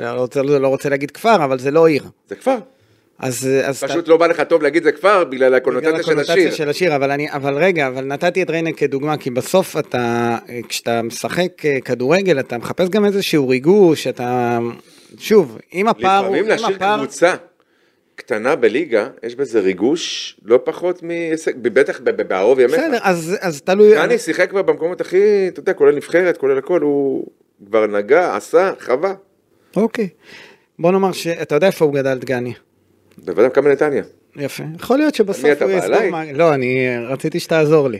B: אה, לא רוצה, לא רוצה להגיד כפר, אבל זה לא עיר.
C: זה כפר.
B: אז, אה, אז
C: פשוט לא בא לך טוב להגיד זה כפר בגלל
B: בגלל
C: הקונוטציה של
B: הקונוטציה
C: השיר.
B: של השיר, אבל, אני, אבל רגע, אבל נתתי את ריינה כדוגמה, כי בסוף אתה, אה, כשאתה משחק אה, כדורגל, אתה מחפש גם איזשהו ריגוש, אתה, שוב, אם הפער הוא,
C: לפעמים
B: אם
C: להשאיר
B: הפער,
C: קבוצה קטנה בליגה, יש בזה ריגוש לא פחות מהישג, בטח ב- ב- בערוב ימיך.
B: בסדר, אז, אז תלוי,
C: דני שיחק כבר במקומות הכי, אתה יודע, כולל נבחרת, כולל הכל, הוא כבר נגע, עשה, חווה.
B: אוקיי, בוא נאמר שאתה יודע איפה הוא גדל, דגני.
C: בוודאי מכבי נתניה.
B: יפה. יכול להיות שבסוף
C: מי אתה
B: הוא
C: בא
B: יסגור...
C: עליי?
B: מה- לא, אני רציתי שתעזור לי.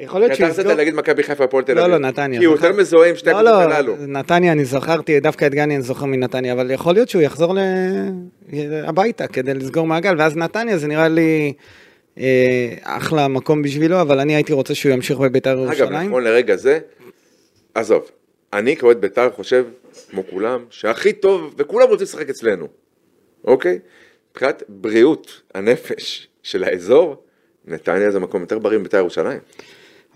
B: יכול להיות
C: אתה
B: שהוא
C: רצית
B: יסגור...
C: להגיד מכבי חיפה הפועל תל
B: לא,
C: אביב.
B: לא, נתניה.
C: כי הוא
B: זכר-
C: יותר מזוהה עם שתי
B: לא,
C: הקבוצות
B: לא,
C: הללו.
B: נתניה, אני זכרתי, דווקא את גני אני זוכר מנתניה, אבל יכול להיות שהוא יחזור ל... הביתה כדי לסגור מעגל, ואז נתניה זה נראה לי אה, אחלה מקום בשבילו, אבל אני הייתי רוצה שהוא ימשיך בבית"ר
C: אגב,
B: ירושלים.
C: נכון לרגע זה, עזוב, אני כאוהד בית"ר חושב, כמו כולם, שהכי טוב, וכולם רוצים לשחק אצלנו, אוקיי? מבחינת בריאות הנפש של האזור, נתניה זה מקום יותר בריא מבית"ר ירושלים.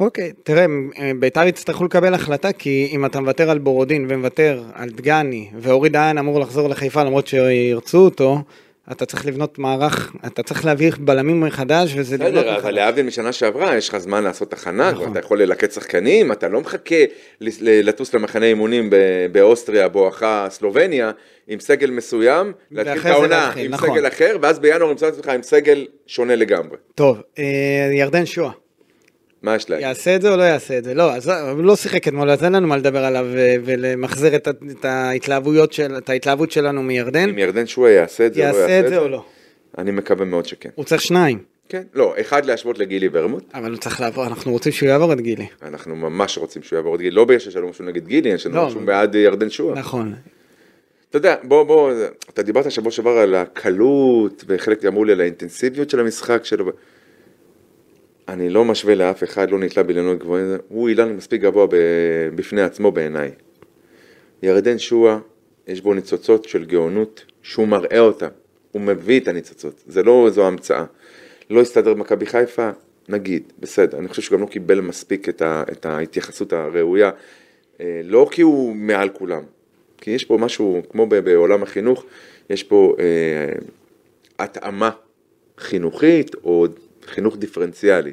B: אוקיי, תראה, אה, בית"ר יצטרכו לקבל החלטה, כי אם אתה מוותר על בורודין ומוותר על דגני, ואורי דיין אמור לחזור לחיפה למרות שירצו אותו, אתה צריך לבנות מערך, אתה צריך להביא בלמים מחדש, וזה לבנות
C: בסדר, אבל
B: מחדש.
C: להבדיל משנה שעברה, יש לך זמן לעשות הכנה, כבר
B: נכון.
C: אתה יכול ללקט שחקנים, אתה לא מחכה לס- ל- לטוס למחנה אימונים ב- באוסטריה, בואכה סלובניה, עם סגל מסוים, להתחיל את
B: ואחרי זה
C: העונה
B: להתחיל,
C: עם
B: נכון.
C: סגל אחר, ואז בינואר ימצא את עצמך עם סגל שונה לגמרי.
B: טוב, אה, ירדן שואה,
C: מה יש להם?
B: יעשה את זה או לא יעשה את זה? לא, אז הוא לא שיחק אתמול, אז אין לנו מה לדבר עליו אה, ולמחזר את, ה- את, ההתלהבויות של, את ההתלהבות שלנו מירדן.
C: אם ירדן שועה יעשה את זה או לא
B: כן. יעשה את זה או לא?
C: אני מקווה מאוד שכן.
B: הוא צריך שניים,
C: כן, לא, אחד להשוות לגילי ורמוט,
B: אבל הוא צריך לעבור, אנחנו רוצים שהוא יעבור את גילי.
C: אנחנו ממש רוצים שהוא יעבור את גילי, לא בגלל שיש לנו משהו נגד גילי, יש לנו
B: לא.
C: משהו בעד ירדן שועה.
B: נכון,
C: אתה יודע, בוא, בוא, אתה דיברת שבוע שעבר על הקלות, וחלק אמרו לי על האינטנסיביות של המשחק שלו. אני לא משווה לאף אחד, לא נתלה בעליונות גבוהה, הוא אילן מספיק גבוה ב... בפני עצמו בעיניי. ירדן שועה, יש בו ניצוצות של גאונות, שהוא מראה אותה, הוא מביא את הניצוצות, זה לא איזו המצאה. לא הסתדר במכבי חיפה, נגיד, בסדר, אני חושב שהוא גם לא קיבל מספיק את, ה... את ההתייחסות הראויה, אה, לא כי הוא מעל כולם, כי יש פה משהו, כמו ב... בעולם החינוך, יש פה אה, התאמה חינוכית או חינוך דיפרנציאלי.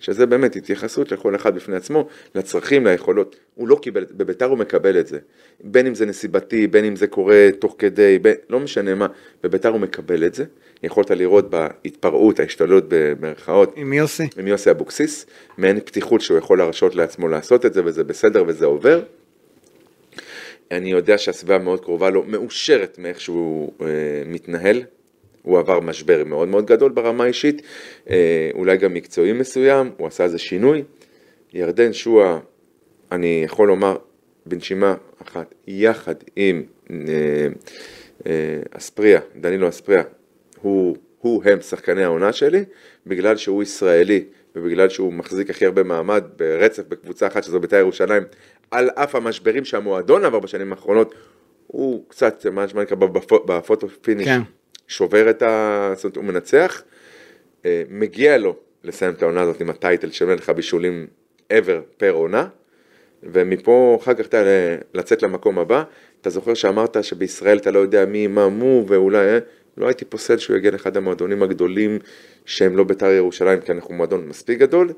C: שזה באמת התייחסות לכל אחד בפני עצמו, לצרכים, ליכולות. הוא לא קיבל, בביתר הוא מקבל את זה. בין אם זה נסיבתי, בין אם זה קורה תוך כדי, בין, לא משנה מה, בביתר הוא מקבל את זה. יכולת לראות בהתפרעות, ההשתוללות במרכאות,
B: עם יוסי.
C: עם יוסי אבוקסיס, מעין פתיחות שהוא יכול להרשות לעצמו לעשות את זה, וזה בסדר וזה עובר. אני יודע שהסביבה מאוד קרובה לו, מאושרת מאיך שהוא אה, מתנהל. הוא עבר משבר מאוד מאוד גדול ברמה האישית, אה, אולי גם מקצועי מסוים, הוא עשה איזה שינוי. ירדן שואה, אני יכול לומר בנשימה אחת, יחד עם אה, אה, אספריה, דנילו אספריה, הוא, הוא הם שחקני העונה שלי, בגלל שהוא ישראלי ובגלל שהוא מחזיק הכי הרבה מעמד ברצף בקבוצה אחת שזו בית"ר ירושלים, על אף המשברים שהמועדון עבר בשנים האחרונות, הוא קצת, מה נשמע נקרא, בפו- בפוטו פיניש,
B: כן.
C: שובר את ה... זאת אומרת, הוא מנצח, אה, מגיע לו לסיים את העונה הזאת עם הטייטל של מלך הבישולים ever פר עונה, ומפה אחר כך אתה אה, לצאת למקום הבא. אתה זוכר שאמרת שבישראל אתה לא יודע מי, מה, מו, ואולי... אה? לא הייתי פוסל שהוא יגיע לאחד המועדונים הגדולים שהם לא בית"ר ירושלים, כי אנחנו מועדון מספיק גדול,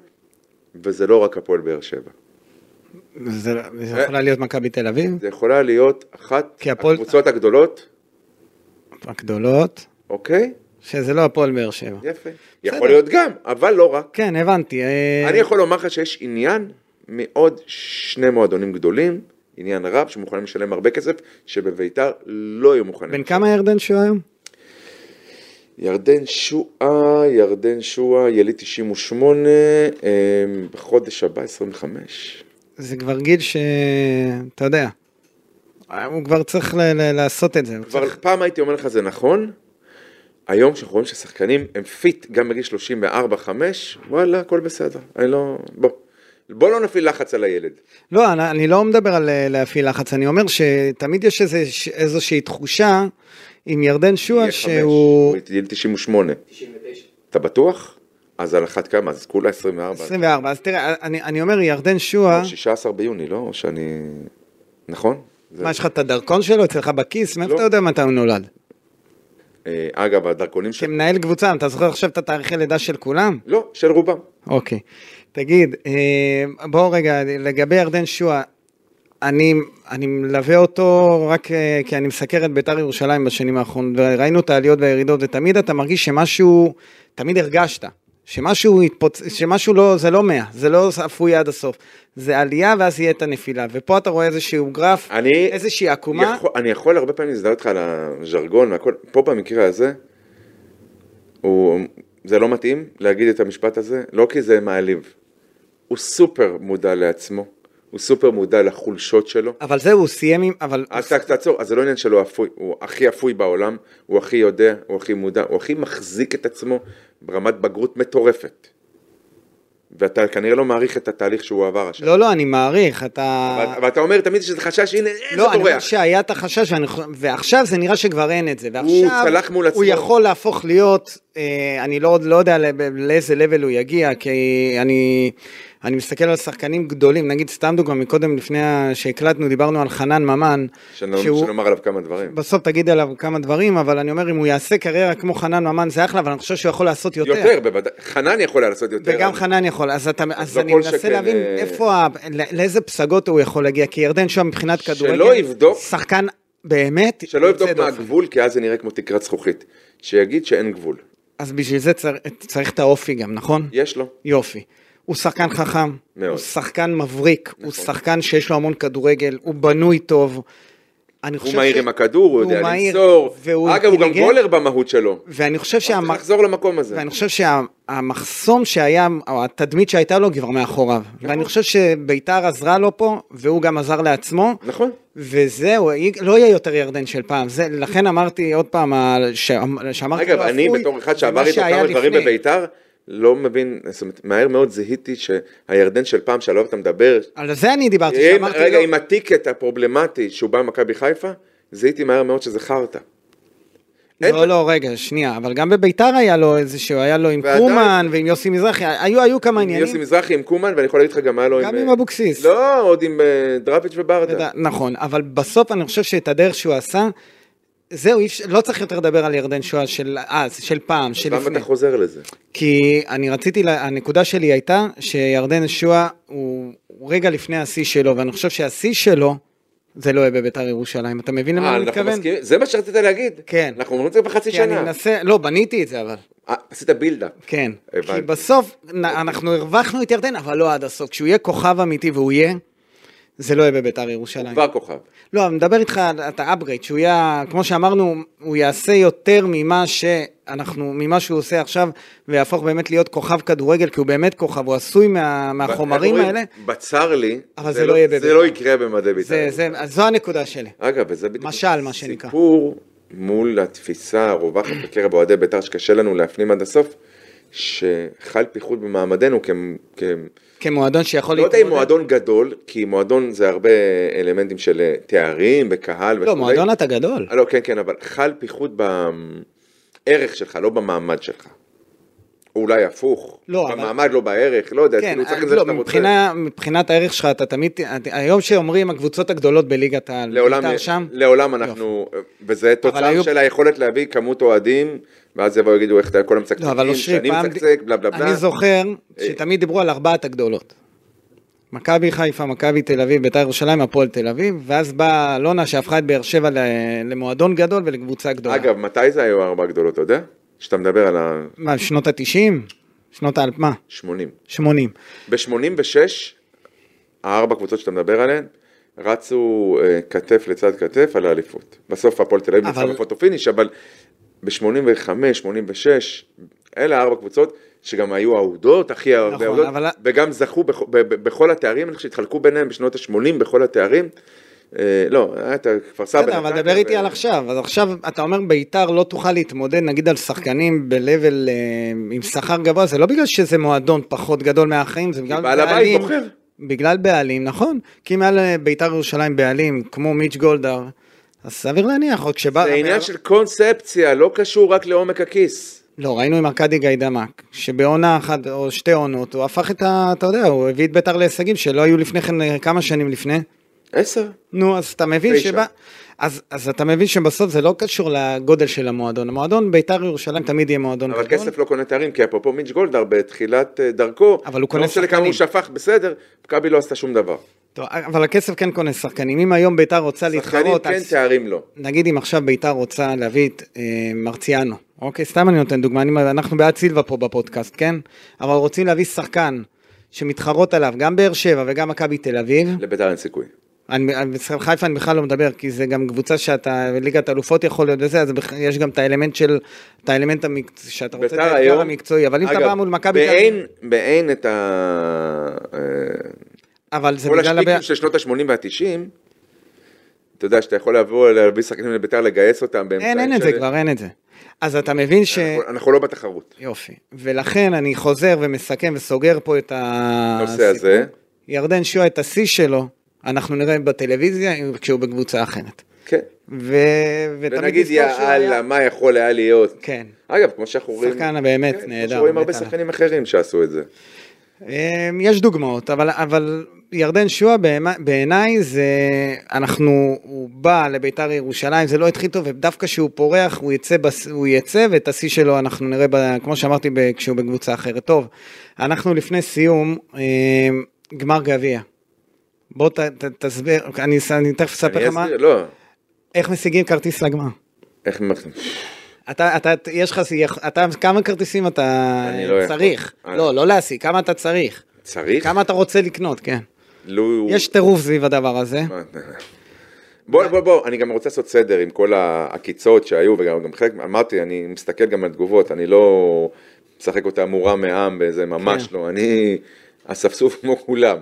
C: וזה לא רק הפועל באר שבע.
B: זה לא- זה יכולה להיות מכבי תל אביב,
C: זה יכולה להיות אחת
B: כי הפועל-
C: הקבוצות הגדולות,
B: הגדולות,
C: אוקיי?
B: שזה לא הפועל באר שבע.
C: יפה. יכול להיות גם, אבל לא רק.
B: כן, הבנתי. אה,
C: אני יכול לומר לך שיש עניין מעוד שני מועדונים גדולים, עניין רב, שמוכנים לשלם הרבה כסף, שבביתר לא יהיו מוכנים.
B: בן כמה ירדן שהוא היום?
C: ירדן שועה, ירדן שועה, יליד 98, אה, בחודש הבא 25.
B: זה כבר גיל שאתה יודע, אה, הוא כבר צריך ל- ל- לעשות את זה. הוא
C: כבר
B: צריך-
C: פעם הייתי אומר לך זה נכון, היום כשאנחנו רואים ששחקנים הם פיט גם בגיל 34-5, וואלה, הכל בסדר, אני לא... בוא. בוא לא נפעיל לחץ על הילד.
B: לא, אני- אני לא מדבר על אה, להפעיל לחץ, אני אומר שתמיד יש איזה- ש- איזושהי תחושה עם ירדן
C: יהיה
B: שועה
C: חמש,
B: שהוא...
C: הוא גיל 98. 99. אתה בטוח? אז על אחת כמה, אז כולה 24.
B: 24, אז תראה, אני, אני אומר ירדן שועה,
C: 16 ביוני, לא? או שאני... נכון? זה-
B: מה יש לך את הדרכון שלו אצלך בכיס? מאיפה
C: לא.
B: אתה יודע מתי הוא נולד?
C: אה, אגב, הדרכונים של...
B: כמנהל קבוצה, אתה זוכר עכשיו את התאריכי לידה של כולם?
C: לא, של רובם.
B: אוקיי. תגיד, אה, בואו רגע, לגבי ירדן שועה, אני, אני מלווה אותו רק אה, כי אני מסקר את בית"ר ירושלים בשנים האחרונות, וראינו את העליות והירידות, ותמיד אתה מרגיש שמשהו, תמיד הרגשת, שמשהו התפוצ... שמשהו לא, זה לא מאה, זה לא אפוי עד הסוף, זה עלייה ואז יהיה את הנפילה, ופה אתה רואה איזשהו גרף,
C: אני...
B: איזושהי עקומה,
C: יכול, אני יכול הרבה פעמים להזדהות איתך על הז'רגון והכל, פה במקרה הזה, הוא, זה לא מתאים להגיד את המשפט הזה, לא כי זה מעליב. הוא סופר מודע לעצמו, הוא סופר מודע לחולשות שלו.
B: אבל זהו, הוא סיים עם, אבל...
C: אז רק תעצור, אז זה לא עניין שלו אפוי, הוא הכי אפוי בעולם, הוא הכי יודע, הוא הכי מודע, הוא הכי מחזיק את עצמו ברמת בגרות מטורפת. ואתה כנראה לא מעריך את התהליך שהוא עבר השנה.
B: לא, לא, אני מעריך, אתה...
C: אבל- אבל אתה אומר תמיד שזה חשש, הנה, איזה
B: לא, אני אומר
C: בורח.
B: שהיה את החשש, ואני חו- ועכשיו זה נראה שכבר אין את זה. ועכשיו
C: צלח מול עצמו.
B: הוא יכול להפוך להיות, אה, אני לא, לא יודע לא- לאיזה לבל הוא יגיע, כי אני, אני מסתכל על שחקנים גדולים, נגיד סתם דוגמא, מקודם לפני ה- שהקלטנו, דיברנו על חנן ממן,
C: שנאמר-
B: שהוא,
C: שנאמר עליו כמה דברים.
B: בסוף תגיד עליו כמה דברים, אבל אני אומר, אם הוא יעשה קריירה כמו חנן ממן, זה אחלה, אבל אני חושב שהוא יכול לעשות יותר.
C: יותר, בוודאי. חנן יכול היה לעשות יותר.
B: וגם
C: אבל-
B: חנן יכול, אז, אתה, אז
C: כן. לא
B: אני
C: כל
B: מנסה
C: שכן,
B: להבין
C: אה,
B: איפה, ה- לא- לאיזה פסגות הוא יכול להגיע, כי ירדן שואה מבחינת
C: שלא
B: כדורגל,
C: יבדוק-
B: שחקן באמת,
C: שלא
B: יוצא
C: יבדוק מה
B: דופן.
C: הגבול, כי אז זה נראה כמו תקרת זכוכית. שיגיד שאין גבול.
B: אז בשביל זה צר, צריך את האופי גם, נכון?
C: יש לו.
B: יופי. הוא שחקן חכם,
C: מאוד. נכון.
B: הוא שחקן מבריק, הוא שחקן שיש לו המון כדורגל, הוא בנוי טוב. אני
C: הוא
B: חושב
C: מהיר
B: ש...
C: עם הכדור, הוא
B: הוא
C: יודע
B: מהיר,
C: למסור.
B: והוא
C: אגב, הוא גם
B: אינטליגנט.
C: גולר אוקיי, במהות שלו.
B: ואני חושב
C: צריך
B: שהמ...
C: לחזור למקום הזה.
B: ואני חושב שהמחסום שהיה, או התדמית שהייתה לו, כבר מאחוריו. ואני חושב שביתר עזרה לו פה, והוא גם עזר לעצמו.
C: נכון.
B: וזהו, היא- לא יהיה יותר ירדן של פעם, זה, לכן אמרתי עוד פעם, ה- ש- שאמרתי
C: אגב,
B: לא
C: אני
B: אפוי,
C: בתור אחד
B: זה
C: שעבר
B: מה
C: איתו
B: שהיה
C: כמה דברים
B: לפני.
C: בביתר, לא מבין, זאת אומרת, מהר מאוד זיהיתי שהירדן של פעם שעליו אתה מדבר,
B: על זה אני דיברתי,
C: עם-
B: שאמרתי
C: רגע,
B: לא.
C: עם הטיקט הפרובלמטי שהוא בא ממכבי חיפה, זיהיתי מהר מאוד שזה חרטא. אין-
B: לא, לא, רגע, שנייה, אבל גם בביתר היה לו איזשהו, היה לו עם
C: ועדיין-
B: קומן ועם יוסי מזרחי, היו, היו כמה
C: עם יוסי
B: עניינים,
C: מזרחי עם קומן, ואני יכול להגיד לך גם היה לו עם...
B: גם
C: אה,
B: עם אבוקסיס.
C: לא, עוד עם אה, דראפיץ' וברדה.
B: אתה יודע, נכון, אבל בסוף אני חושב שאת הדרך שהוא עשה, זהו, אי אפשר- לא צריך יותר לדבר על ירדן שואה של אז, של פעם, של
C: למה
B: לפני.
C: אתה חוזר לזה?
B: כי אני רציתי, לה- הנקודה שלי הייתה שירדן שואה הוא הוא רגע לפני השיא שלו, ואני חושב שהשיא שלו זה לא יהיה בביתר ירושלים. אתה מבין למה
C: אה,
B: אני
C: אנחנו
B: מתכוון?
C: מסכימים? זה מה שרצית להגיד?
B: כן.
C: אנחנו אומרים את זה בחצי
B: כי אני
C: שנה.
B: מנסה, לא, בניתי את זה אבל.
C: אה, עשית בילדאפ.
B: כן.
C: הבנתי.
B: כי בסוף נ- אנחנו הרווחנו את ירדן, אבל לא עד הסוף. כשהוא יהיה כוכב אמיתי והוא יהיה, זה לא יהיה בביתר
C: הוא
B: ירושלים.
C: כבר כוכב.
B: לא, אני מדבר איתך על את האפגרייט, שהוא יהיה, כמו שאמרנו, הוא יעשה יותר ממה שאנחנו, ממה שהוא עושה עכשיו, ויהפוך באמת להיות כוכב כדורגל, כי הוא באמת כוכב, הוא עשוי מה, מהחומרים
C: איך
B: האלה.
C: אומרים? בצר לי,
B: אבל זה לא יהיה בבית"ר.
C: זה לא יקרה במדי בית"ר.
B: זה, זה, אז זו הנקודה שלי.
C: אגב, וזה בדיוק
B: משל, מה שנקרא.
C: סיפור מול התפיסה הרווחת בקרב אוהדי בית"ר שקשה לנו להפנים עד הסוף, שחל פיחות במעמדנו כ... כ...
B: כמועדון שיכול
C: לא יודע אם מועדון גדול, כי מועדון זה הרבה אלמנטים של אה, תארים וקהל
B: לא, מועדון אתה גדול.
C: אה, לא, כן, כן, אבל חל פיחות בערך שלך, לא במעמד שלך. או אולי הפוך.
B: לא, אבל-
C: במעמד, לא בערך, לא יודע,
B: כן,
C: כאילו צריך את זה
B: לא,
C: שאתה רוצה.
B: מבחינה, מבחינת הערך שלך, אתה תמיד, אתה- היום שאומרים הקבוצות הגדולות בליגת העל,
C: לעולם,
B: בית"ר שם,
C: לעולם אנחנו, וזה תוצאה
B: היו-
C: של היכולת להביא כמות אוהדים, ואז יבואו יגידו איך אתה כל המצקצקים,
B: לא, אבל אושרי,
C: שאני
B: פעם...
C: מצקצק, בלה בלה אה. בלה.
B: אני זוכר שתמיד דיברו על ארבעת הגדולות. מכבי חיפה, מכבי תל אביב, בית"ר ירושלים, הפועל תל אביב, ואז באה אלונה שהפכה את באר שבע ל- למועדון גדול ולקבוצה גדולה.
C: אגב, מתי זה היו ארבע הגדולות, אתה יודע? כשאתה מדבר על
B: מה, שנות ה-90? שנות ה... מה?
C: ה-80.
B: 80.
C: ב-86, הארבע קבוצות שאתה מדבר עליהן, רצו אה, כתף לצד כתף על האליפות. בסוף הפועל תל אביב ניצחה
B: אבל-
C: בפוטו פיניש, אבל ב-85, 86, אלה ארבע קבוצות שגם היו אהודות, הכי הרבה
B: נכון,
C: אהודות,
B: אבל-
C: וגם זכו בכ- ב- ב- בכל התארים, אני חושב שהתחלקו ביניהם בשנות ה-80 בכל התארים. אה, לא, היה את כפר סבא.
B: בסדר, אבל
C: נתניה,
B: דבר איתי
C: ו-
B: על עכשיו. אז עכשיו, אתה אומר בית"ר לא תוכל להתמודד, נגיד, על שחקנים ב-level אה, עם שכר גבוה, זה לא בגלל שזה מועדון פחות גדול מהחיים, זה בגלל
C: בעל הבית
B: בעלים-
C: בוחר.
B: בגלל בעלים, נכון. כי אם היה לבית"ר ירושלים בעלים, כמו מיץ' גולדהר, אז סביר להניח, או כשבא...
C: זה עניין של קונספציה, לא קשור רק לעומק הכיס.
B: לא, ראינו עם ארכדי גיידמק, שבעונה אחת או שתי עונות, הוא הפך את ה... אתה יודע, הוא הביא את בית"ר להישגים שלא היו לפני כן, אה, כמה שנים לפני.
C: עשר.
B: נו, אז אתה מבין
C: תשע.
B: שבא... אז, אז אתה מבין שבסוף זה לא קשור לגודל של המועדון. המועדון בית"ר ירושלים תמיד יהיה מועדון
C: אבל
B: גדול.
C: כסף לא קונה תארים, כי אפרופו מיץ' גולדהר בתחילת אה, דרכו,
B: אבל הוא קונה
C: לא משנה כמה הוא
B: שחקנים.
C: שפך, בסדר, מכבי לא עשתה שום דבר.
B: טוב, אבל הכסף כן קונה שחקנים. אם היום בית"ר רוצה
C: שחקנים
B: להתחרות...
C: כן,
B: על-
C: תארים לא.
B: נגיד אם עכשיו ביתר רוצה להביא את אה, מרציאנו, אוקיי? סתם אני נותן דוגמה, אני, אנחנו בעד סילבה פה בפודקאסט, כן? אבל רוצים להביא שחקן שמתחרות עליו, גם באר שבע וגם מכבי תל אביב.
C: לביתר אין סיכוי.
B: אני, אני- אצל חיפה אני בכלל לא מדבר, כי זה גם קבוצה שאתה, ליגת אלופות יכול להיות וזה, אז בכ- יש גם את האלמנט של, את האלמנט המקצועי, שאתה רוצה את
C: ביתר
B: האתגר
C: היום,
B: המקצועי, אבל אם אתה
C: אגב,
B: בא מול מכבי תל אביב,
C: באין- באין את ה... אה,
B: אבל זה
C: כל
B: בגלל הבעיה,
C: השפיקים של שנות ה-80 וה-90, אתה יודע שאתה יכול לבוא להביא שחקנים לביתר, לגייס אותם באמצעים
B: אין, אין את זה
C: של-
B: כבר, אה, אין את זה. אז אתה מבין ש...
C: אנחנו- אנחנו לא בתחרות.
B: יופי. ולכן אני חוזר ומסכם וסוגר פה את ה...
C: הנושא הזה,
B: ירדן שואה את השיא שלו, אנחנו נראה בטלוויזיה כשהוא בקבוצה אחרת.
C: כן.
B: ו... ותמיד
C: ונגיד
B: נזכור
C: יא
B: שהוא היה-
C: אללה, מה יכול היה להיות?
B: כן.
C: אגב, כמו שאנחנו רואים...
B: שחקן באמת
C: כן, כמו
B: נהדר,
C: שרואים הרבה
B: באמת,
C: שחקנים אחרים שעשו את זה.
B: אמ, יש דוגמאות, אבל, אבל ירדן שואה בהמ- בעיניי זה, אנחנו, הוא בא לביתר ירושלים, זה לא התחיל טוב, ודווקא כשהוא פורח הוא יצא, בס, הוא יצא ואת השיא שלו אנחנו נראה, ב, כמו שאמרתי, ב, כשהוא בקבוצה אחרת. טוב, אנחנו לפני סיום, אמ, גמר גביע. בוא ת, ת, תסביר, אני, ס- אני תכף אספר
C: אני
B: לך מה,
C: אסביר, לא.
B: איך משיגים כרטיס לגמר.
C: איך מחזיק?
B: אתה, אתה, יש לך, אתה, כמה כרטיסים אתה
C: אני לא יכול.
B: צריך?
C: אני-
B: לא, לא להשיג, כמה אתה צריך?
C: צריך?
B: כמה אתה רוצה לקנות, כן.
C: לו...
B: יש טירוף סביב הדבר הזה.
C: מה? בוא, בוא, בוא, אני גם רוצה לעשות סדר עם כל העקיצות שהיו, וגם גם חלק, אמרתי, אני מסתכל גם על תגובות, אני לא משחק אותה מורה מעם באיזה ממש
B: כן.
C: לא, אני אספסוף כמו כולם.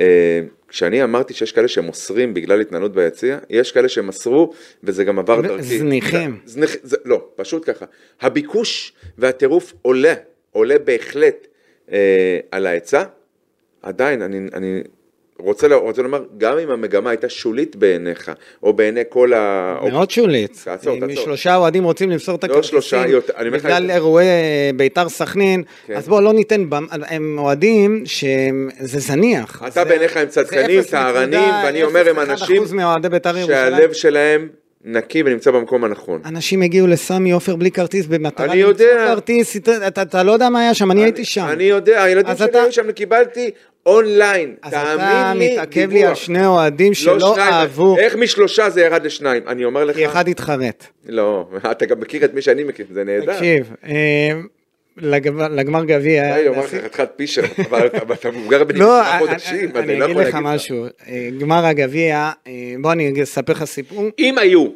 C: אה, כשאני אמרתי שיש כאלה שמוסרים בגלל התנהלות ביציע, יש כאלה שמסרו, וזה גם עבר
B: ו-
C: דרכי.
B: זניחים.
C: זניח, זה, לא, פשוט ככה. הביקוש והטירוף עולה, עולה בהחלט אה, על ההיצע. עדיין, אני, אני רוצה, לה- רוצה לומר, גם אם המגמה הייתה שולית בעיניך, או בעיני כל ה... או-
B: מאוד שולית.
C: תעצור,
B: אם
C: תעצור.
B: שלושה אוהדים רוצים למסור את
C: לא
B: הכרטיסים,
C: שלושה, יותר- אני אומר לך
B: בגלל
C: יותר.
B: אירועי אה, ביתר סכנין,
C: כן.
B: אז בואו לא ניתן, במ- הם אוהדים שהם, זה זניח.
C: אתה בעיניך הם צדקנים, טהרנים, ואני אומר הם אנשים
B: מאוהדי ביתר ירושלים.
C: שהלב שלהם נקי ונמצא במקום הנכון.
B: אנשים הגיעו לסמי עופר בלי כרטיס במטרה
C: אני יודע.
B: כרטיס, אתה, אתה, אתה לא יודע מה היה שם, אני, הייתי שם.
C: אני יודע, הילדים
B: אז
C: שלי
B: אתה-
C: היו שם, קיבלתי אונליין.
B: אז אתה
C: תאמין לי,
B: מתעכב לי על
C: דיווח. לא
B: שני אוהדים שלא
C: שניים.
B: אהבו,
C: איך משלושה זה ירד לשניים? אני אומר לך...
B: כי אחד התחרט.
C: לא, אתה גם מכיר את מי שאני מכיר, זה נהדר.
B: תקשיב, אה, לגב- לגמר גביע,
C: די, אומר לך חתיכת פישר, אבל אתה- אבל אתה מבוגר בני
B: אה, לא,
C: כמה
B: אני-
C: חודשים,
B: אני-
C: אני
B: אני
C: לא
B: אגיד
C: יכול
B: לך
C: להגיד לך.
B: משהו, אה, גמר הגביע, אה, בוא אני אספר לך סיפור,
C: אם היו,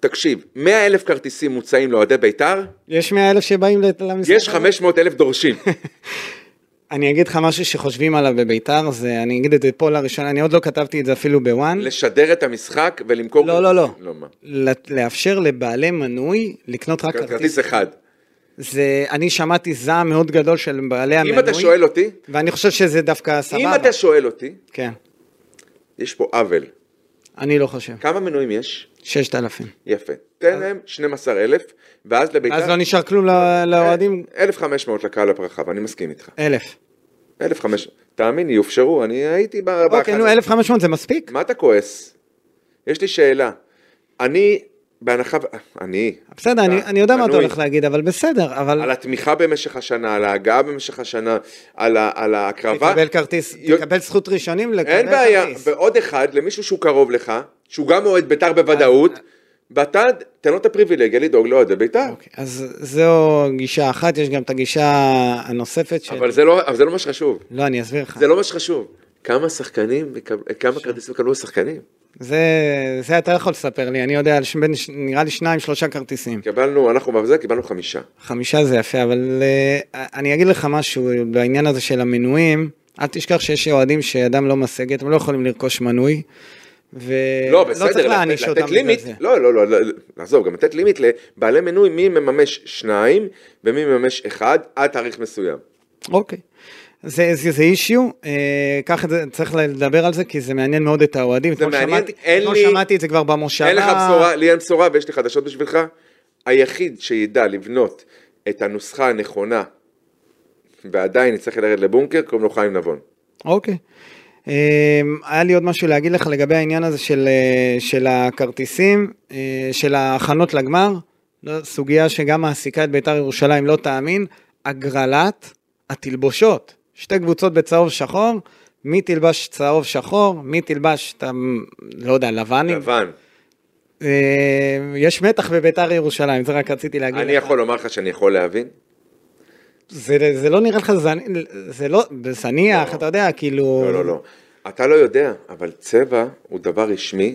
C: תקשיב, 100 אלף כרטיסים מוצעים לאוהדי בית"ר,
B: יש 100 אלף שבאים לת- למשחק.
C: יש
B: הזה?
C: 500 אלף דורשים.
B: אני אגיד לך משהו שחושבים עליו בביתר, זה, אני אגיד את זה פה לראשונה, אני עוד לא כתבתי את זה אפילו בוואן.
C: לשדר את המשחק ולמכור...
B: לא, לא, לא.
C: לא, מה? כן,
B: לת- לאפשר לבעלי מנוי לקנות רק
C: כרטיס
B: כרטיס.
C: אחד.
B: זה, אני שמעתי זעם מאוד גדול של בעלי המנוי.
C: אם אתה שואל אותי,
B: ואני חושב שזה דווקא סבבה.
C: אם אתה שואל אותי,
B: כן,
C: יש פה עוול.
B: אני לא חושב.
C: כמה מנויים יש?
B: 6,000.
C: יפה. תן להם 12 אלף, ואז לבית"ר...
B: אז לא נשאר כלום לא- לאוהדים?
C: 1,500 לקהל הרחב, אני מסכים איתך.
B: 1,000.
C: 1,500, תאמין לי, יופשרו, אני הייתי ב...
B: אוקיי,
C: בהכנה.
B: נו, 1,500 זה מספיק?
C: מה אתה כועס? יש לי שאלה. אני, בהנחה... ו- אני...
B: בסדר, אני-
C: אתה
B: אני יודע מה אתה
C: מנוי.
B: הולך להגיד, אבל בסדר, אבל
C: על התמיכה במשך השנה, על ההגעה במשך השנה, על, ה, על ההקרבה.
B: תקבל כרטיס,
C: יו-
B: תקבל זכות ראשונים לקבל
C: אין בעיה,
B: כרטיס.
C: ועוד אחד, למישהו שהוא קרוב לך, שהוא גם אוהד בית"ר בוודאות,
B: אה,
C: ואתה, תן לו את הפריבילגיה לדאוג לאוהדי בית"ר.
B: אוקיי, אז זו גישה אחת, יש גם את הגישה הנוספת של...
C: אבל זה לא אבל זה לא מה שחשוב.
B: לא, אני אסביר לך.
C: זה לא מה שחשוב. כמה שחקנים, מקב- כמה כרטיסים יקבלו השחקנים?
B: זה, זה אתה יכול לספר לי, אני יודע, על ש- בין, ש- נראה לי שניים, שלושה כרטיסים.
C: קיבלנו, אנחנו בזה קיבלנו חמישה.
B: חמישה זה יפה, אבל uh, אני אגיד לך משהו בעניין הזה של המנויים, אל תשכח שיש אוהדים שידם לא משגת, הם לא יכולים לרכוש מנוי, ולא
C: לא, בסדר,
B: צריך להעניש אותם בגלל
C: לימיט,
B: זה.
C: לא, לא, לא, לא, עזוב, גם לתת לימיט לבעלי מנוי מי מממש שניים ומי מממש אחד עד תאריך מסוים. לא-
B: אוקיי. זה, זה, זה אישיו, אה, קח את זה, צריך לדבר על זה, כי זה מעניין מאוד את האוהדים.
C: זה
B: אתמול
C: מעניין,
B: לא שמעתי,
C: אין
B: אתמול
C: לי-
B: שמעתי את זה כבר במושבה.
C: אין לך בשורה, לי אין בשורה ויש לי חדשות בשבילך. היחיד שידע לבנות את הנוסחה הנכונה ועדיין יצטרך לרדת לבונקר, קוראים לו חיים נבון.
B: אוקיי. אמ, היה לי עוד משהו להגיד לך לגבי העניין הזה של, אה, של הכרטיסים, אה, של ההכנות לגמר, לא, סוגיה שגם מעסיקה את בית"ר ירושלים, לא תאמין, הגרלת התלבושות. שתי קבוצות בצהוב שחור, מי תלבש צהוב שחור, מי תלבש, את ה- לא יודע, לבנים.
C: לבן,
B: אה, יש מתח בבית"ר ירושלים, זה רק רציתי להגיד
C: אני יכול לומר לך שאני יכול להבין.
B: זה, זה לא נראה לך זניח, זה לא, זניח, אתה יודע, כאילו...
C: לא, לא, לא. אתה לא יודע, אבל צבע הוא דבר רשמי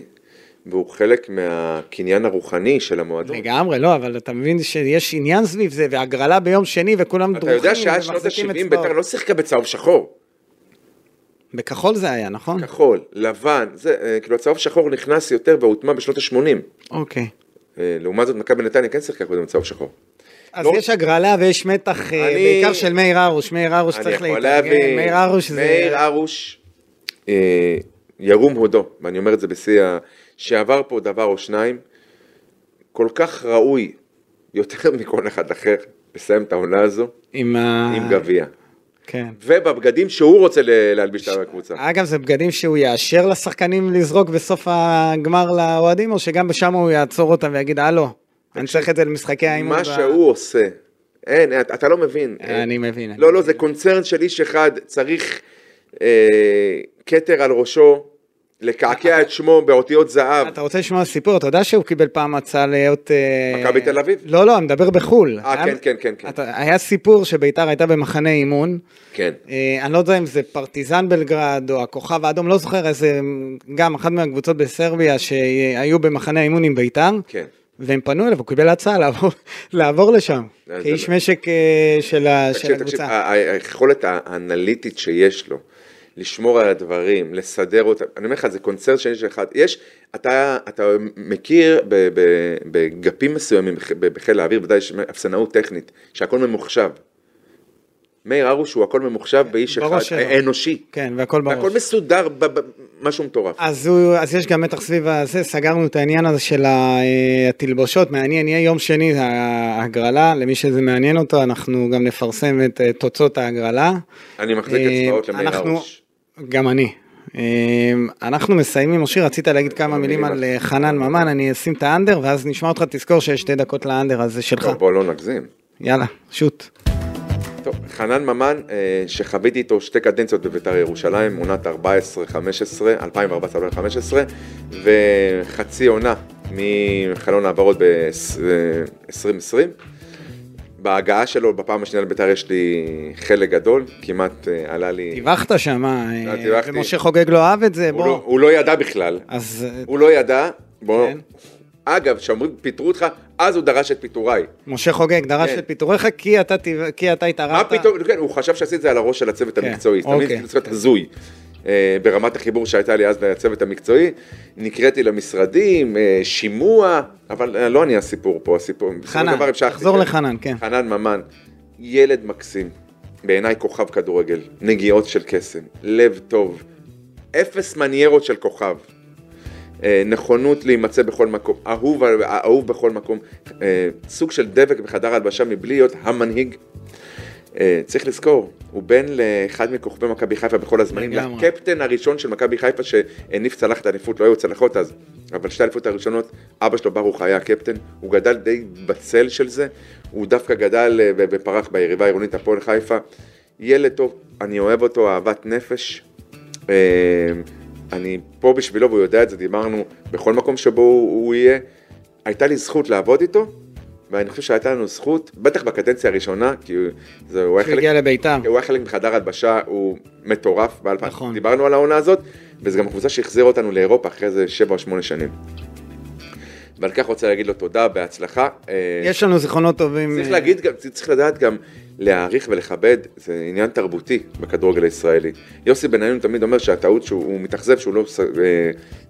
C: והוא חלק מהקניין הרוחני של המועדון.
B: לגמרי, לא, אבל אתה מבין שיש עניין סביב זה, והגרלה ביום שני, וכולם
C: אתה
B: דרוכים
C: יודע שעד שנות
B: ומחזיקים
C: ה-70
B: אצבעות.
C: בית"ר לא שיחקה בצהוב שחור,
B: בכחול זה היה, נכון?
C: כחול, לבן, זה, אה, כאילו הצהוב שחור נכנס יותר והוטמע בשנות ה-80.
B: אוקיי.
C: אה, לעומת זאת מכבי נתניה כן שיחקה קודם בצהוב שחור.
B: אז
C: לא-
B: יש הגרלה ויש מתח, אה,
C: אני-
B: בעיקר של מאיר הרוש, מאיר הרוש
C: אני
B: צריך
C: יכול
B: להתארגן,
C: להבין,
B: מאיר הרוש זה...
C: מאיר הרוש, אה, ירום הודו, ואני אומר את זה בשיא ה... שעבר פה דבר או שניים, כל כך ראוי, יותר מכל אחד אחר, לסיים את העונה הזו
B: עם ה...
C: עם גביע.
B: כן.
C: ובבגדים שהוא רוצה ל- להלביש את הקבוצה.
B: אגב, זה בגדים שהוא יאשר לשחקנים לזרוק בסוף הגמר לאוהדים, או שגם שם הוא יעצור אותם ויגיד, הלו, אני צריך את זה למשחקי האימון.
C: מה
B: ב-
C: שהוא עושה, אין, אתה אתה לא מבין.
B: אה, אני מבין, אני
C: לא, לא, זה קונצרן של איש אחד, צריך אה, כתר על ראשו, לקעקע את שמו באותיות זהב.
B: אתה רוצה לשמוע סיפור? אתה יודע שהוא קיבל פעם הצעה להיות... אה,
C: מכבי תל אביב?
B: לא, לא, אני מדבר בחו"ל.
C: אה,
B: היה-
C: כן, כן, כן, כן.
B: אתה- היה סיפור שביתר הייתה במחנה אימון.
C: כן.
B: אה, אני לא יודע אם זה פרטיזן בלגרד או הכוכב האדום, לא זוכר איזה, גם אחת מהקבוצות בסרביה שהיו במחנה האימון עם ביתר.
C: כן.
B: והם פנו אליו, הוא קיבל הצעה לעבור, לעבור לשם,
C: אז
B: כאיש
C: זה- לא-
B: משק אה, של, ה, של
C: תקשיב, תקשיב,
B: הקבוצה.
C: אה, ה- ה- היכולת האנליטית שיש לו, לשמור על הדברים, לסדר אותם, אני אומר לך, זה קונצרט שני של אחד. יש, אתה, אתה מכיר ב- ב- בגפים מסוימים בח- ב- בחיל האוויר, ודאי יש אפסנאות טכנית, שהכל ממוחשב. מאיר הרוש הוא הכל ממוחשב באיש אחד,
B: בראש שלו.
C: א- אנושי.
B: כן, והכל
C: הכל
B: בראש.
C: מסודר, ב- ב- משהו מטורף.
B: אז, הוא, אז יש גם מתח סביב הזה, סגרנו את העניין הזה של ה- אה, התלבושות, מעניין, יהיה יום שני ההגרלה, למי שזה מעניין אותו, אנחנו גם נפרסם את אה, תוצאות ההגרלה.
C: אני מחזיק אצבעות
B: אה,
C: למאיר
B: אנחנו-
C: הרוש.
B: גם אני. אמ, אנחנו מסיימים, אושרי, רצית להגיד כמה מילים על אה, חנן ממן, אני אשים את האנדר ואז נשמע אותך, תזכור שיש שתי דקות לאנדר, אז זה שלך.
C: טוב, בוא לא נגזים.
B: יאללה, שוט.
C: טוב, חנן ממן, אה, שחוויתי איתו שתי קדנציות בביתר ירושלים, עונת 14-15, 2014-2015, וחצי עונה מחלון העברות ב-2020. בהגעה שלו בפעם השנייה לביתר יש לי חלק גדול, כמעט אה, עלה לי...
B: דיווחת שם, מה,
C: לא,
B: אה,
C: דיווחתי.
B: ומשה חוגג לא אהב את זה,
C: הוא לא-
B: בוא.
C: הוא לא ידע בכלל,
B: אז אה,
C: הוא לא ידע, בוא...
B: כן.
C: אגב, כשאומרים פיטרו אותך, אז הוא דרש את פיטוריי.
B: משה חוגג דרש
C: כן.
B: את פיטוריך כי אתה טיב- כי אתה
C: מה
B: התערבת.
C: פתאום, כן, הוא חשב שעשית את זה על הראש של הצוות
B: כן,
C: המקצועי, תמיד
B: אוקיי.
C: כאילו צריך להיות הזוי. אה, ברמת החיבור שהייתה לי אז לצוות המקצועי, נקראתי למשרדים, אה, שימוע, אבל אה, לא אני הסיפור פה, הסיפור, בסופו של
B: חנן,
C: דבר המשכתי,
B: תחזור
C: כן.
B: לחנן, כן.
C: חנן ממן, ילד מקסים, בעיניי כוכב כדורגל, נגיעות של קסם, לב טוב, אפס מניירות של כוכב, אה, נכונות להימצא בכל מקום, אהוב, אהוב בכל מקום, אה, סוג של דבק בחדר הלבשה מבלי להיות המנהיג. אה, צריך לזכור, הוא בן לאחד מכוכבי מכבי חיפה בכל הזמנים,
B: לגמרי.
C: לקפטן הראשון של מכבי חיפה שהניף צלחת אליפות, לא היו צלחות אז, אבל שתי האליפות הראשונות, אבא שלו ברוך היה הקפטן, הוא גדל די בצל של זה, הוא דווקא גדל אה, ו- ופרח ביריבה העירונית הפועל חיפה. ילד טוב, אני אוהב אותו אהבת נפש, אה, אני פה בשבילו והוא יודע את זה, דיברנו בכל מקום שבו הוא, הוא יהיה. הייתה לי זכות לעבוד איתו, ואני חושב שהייתה לנו זכות, בטח בקדנציה הראשונה, כי הוא- זה, הוא היה
B: שהוא
C: חלק
B: הגיע לביתר.
C: הוא היה חלק מחדר הלבשה, הוא מטורף, באלפיים.
B: נכון.
C: דיברנו על העונה הזאת, וזו גם קבוצה שהחזירה אותנו לאירופה אחרי איזה שבע או שמונה שנים. ועל כך רוצה להגיד לו תודה, בהצלחה. אה,
B: יש לנו זיכרונות טובים.
C: צריך
B: אה,
C: להגיד גם, צריך לדעת גם להעריך ולכבד, זה עניין תרבותי בכדורגל הישראלי. יוסי בניון תמיד אומר שהטעות שהוא הוא מתאכזב שהוא לא ס- אה,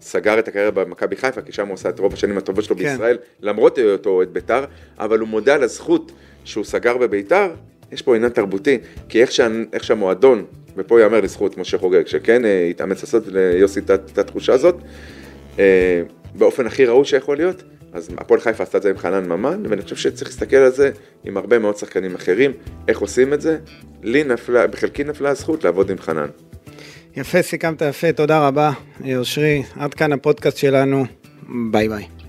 C: סגר את הקריירה במכבי חיפה, כי שם הוא עשה את רוב השנים הטובות שלו
B: כן.
C: בישראל, למרות היותו אוהד בית"ר, אבל הוא מודה על הזכות שהוא סגר בבית"ר, יש פה עניין תרבותי, כי איך, שה, איך שהמועדון, ופה ייאמר לזכות משה חוגג, שכן אה, התאמץ לעשות ליוסי את ה- את התחושה הזאת, אה, באופן הכי ראוי שיכול להיות, אז הפועל חיפה עשתה את זה עם חנן ממן, ואני חושב שצריך להסתכל על זה עם הרבה מאוד שחקנים אחרים, איך עושים את זה. לי נפלה, בחלקי נפלה הזכות לעבוד עם חנן.
B: יפה, סיכמת יפה, תודה רבה, אה, אושרי. עד כאן הפודקאסט שלנו, ביי ביי.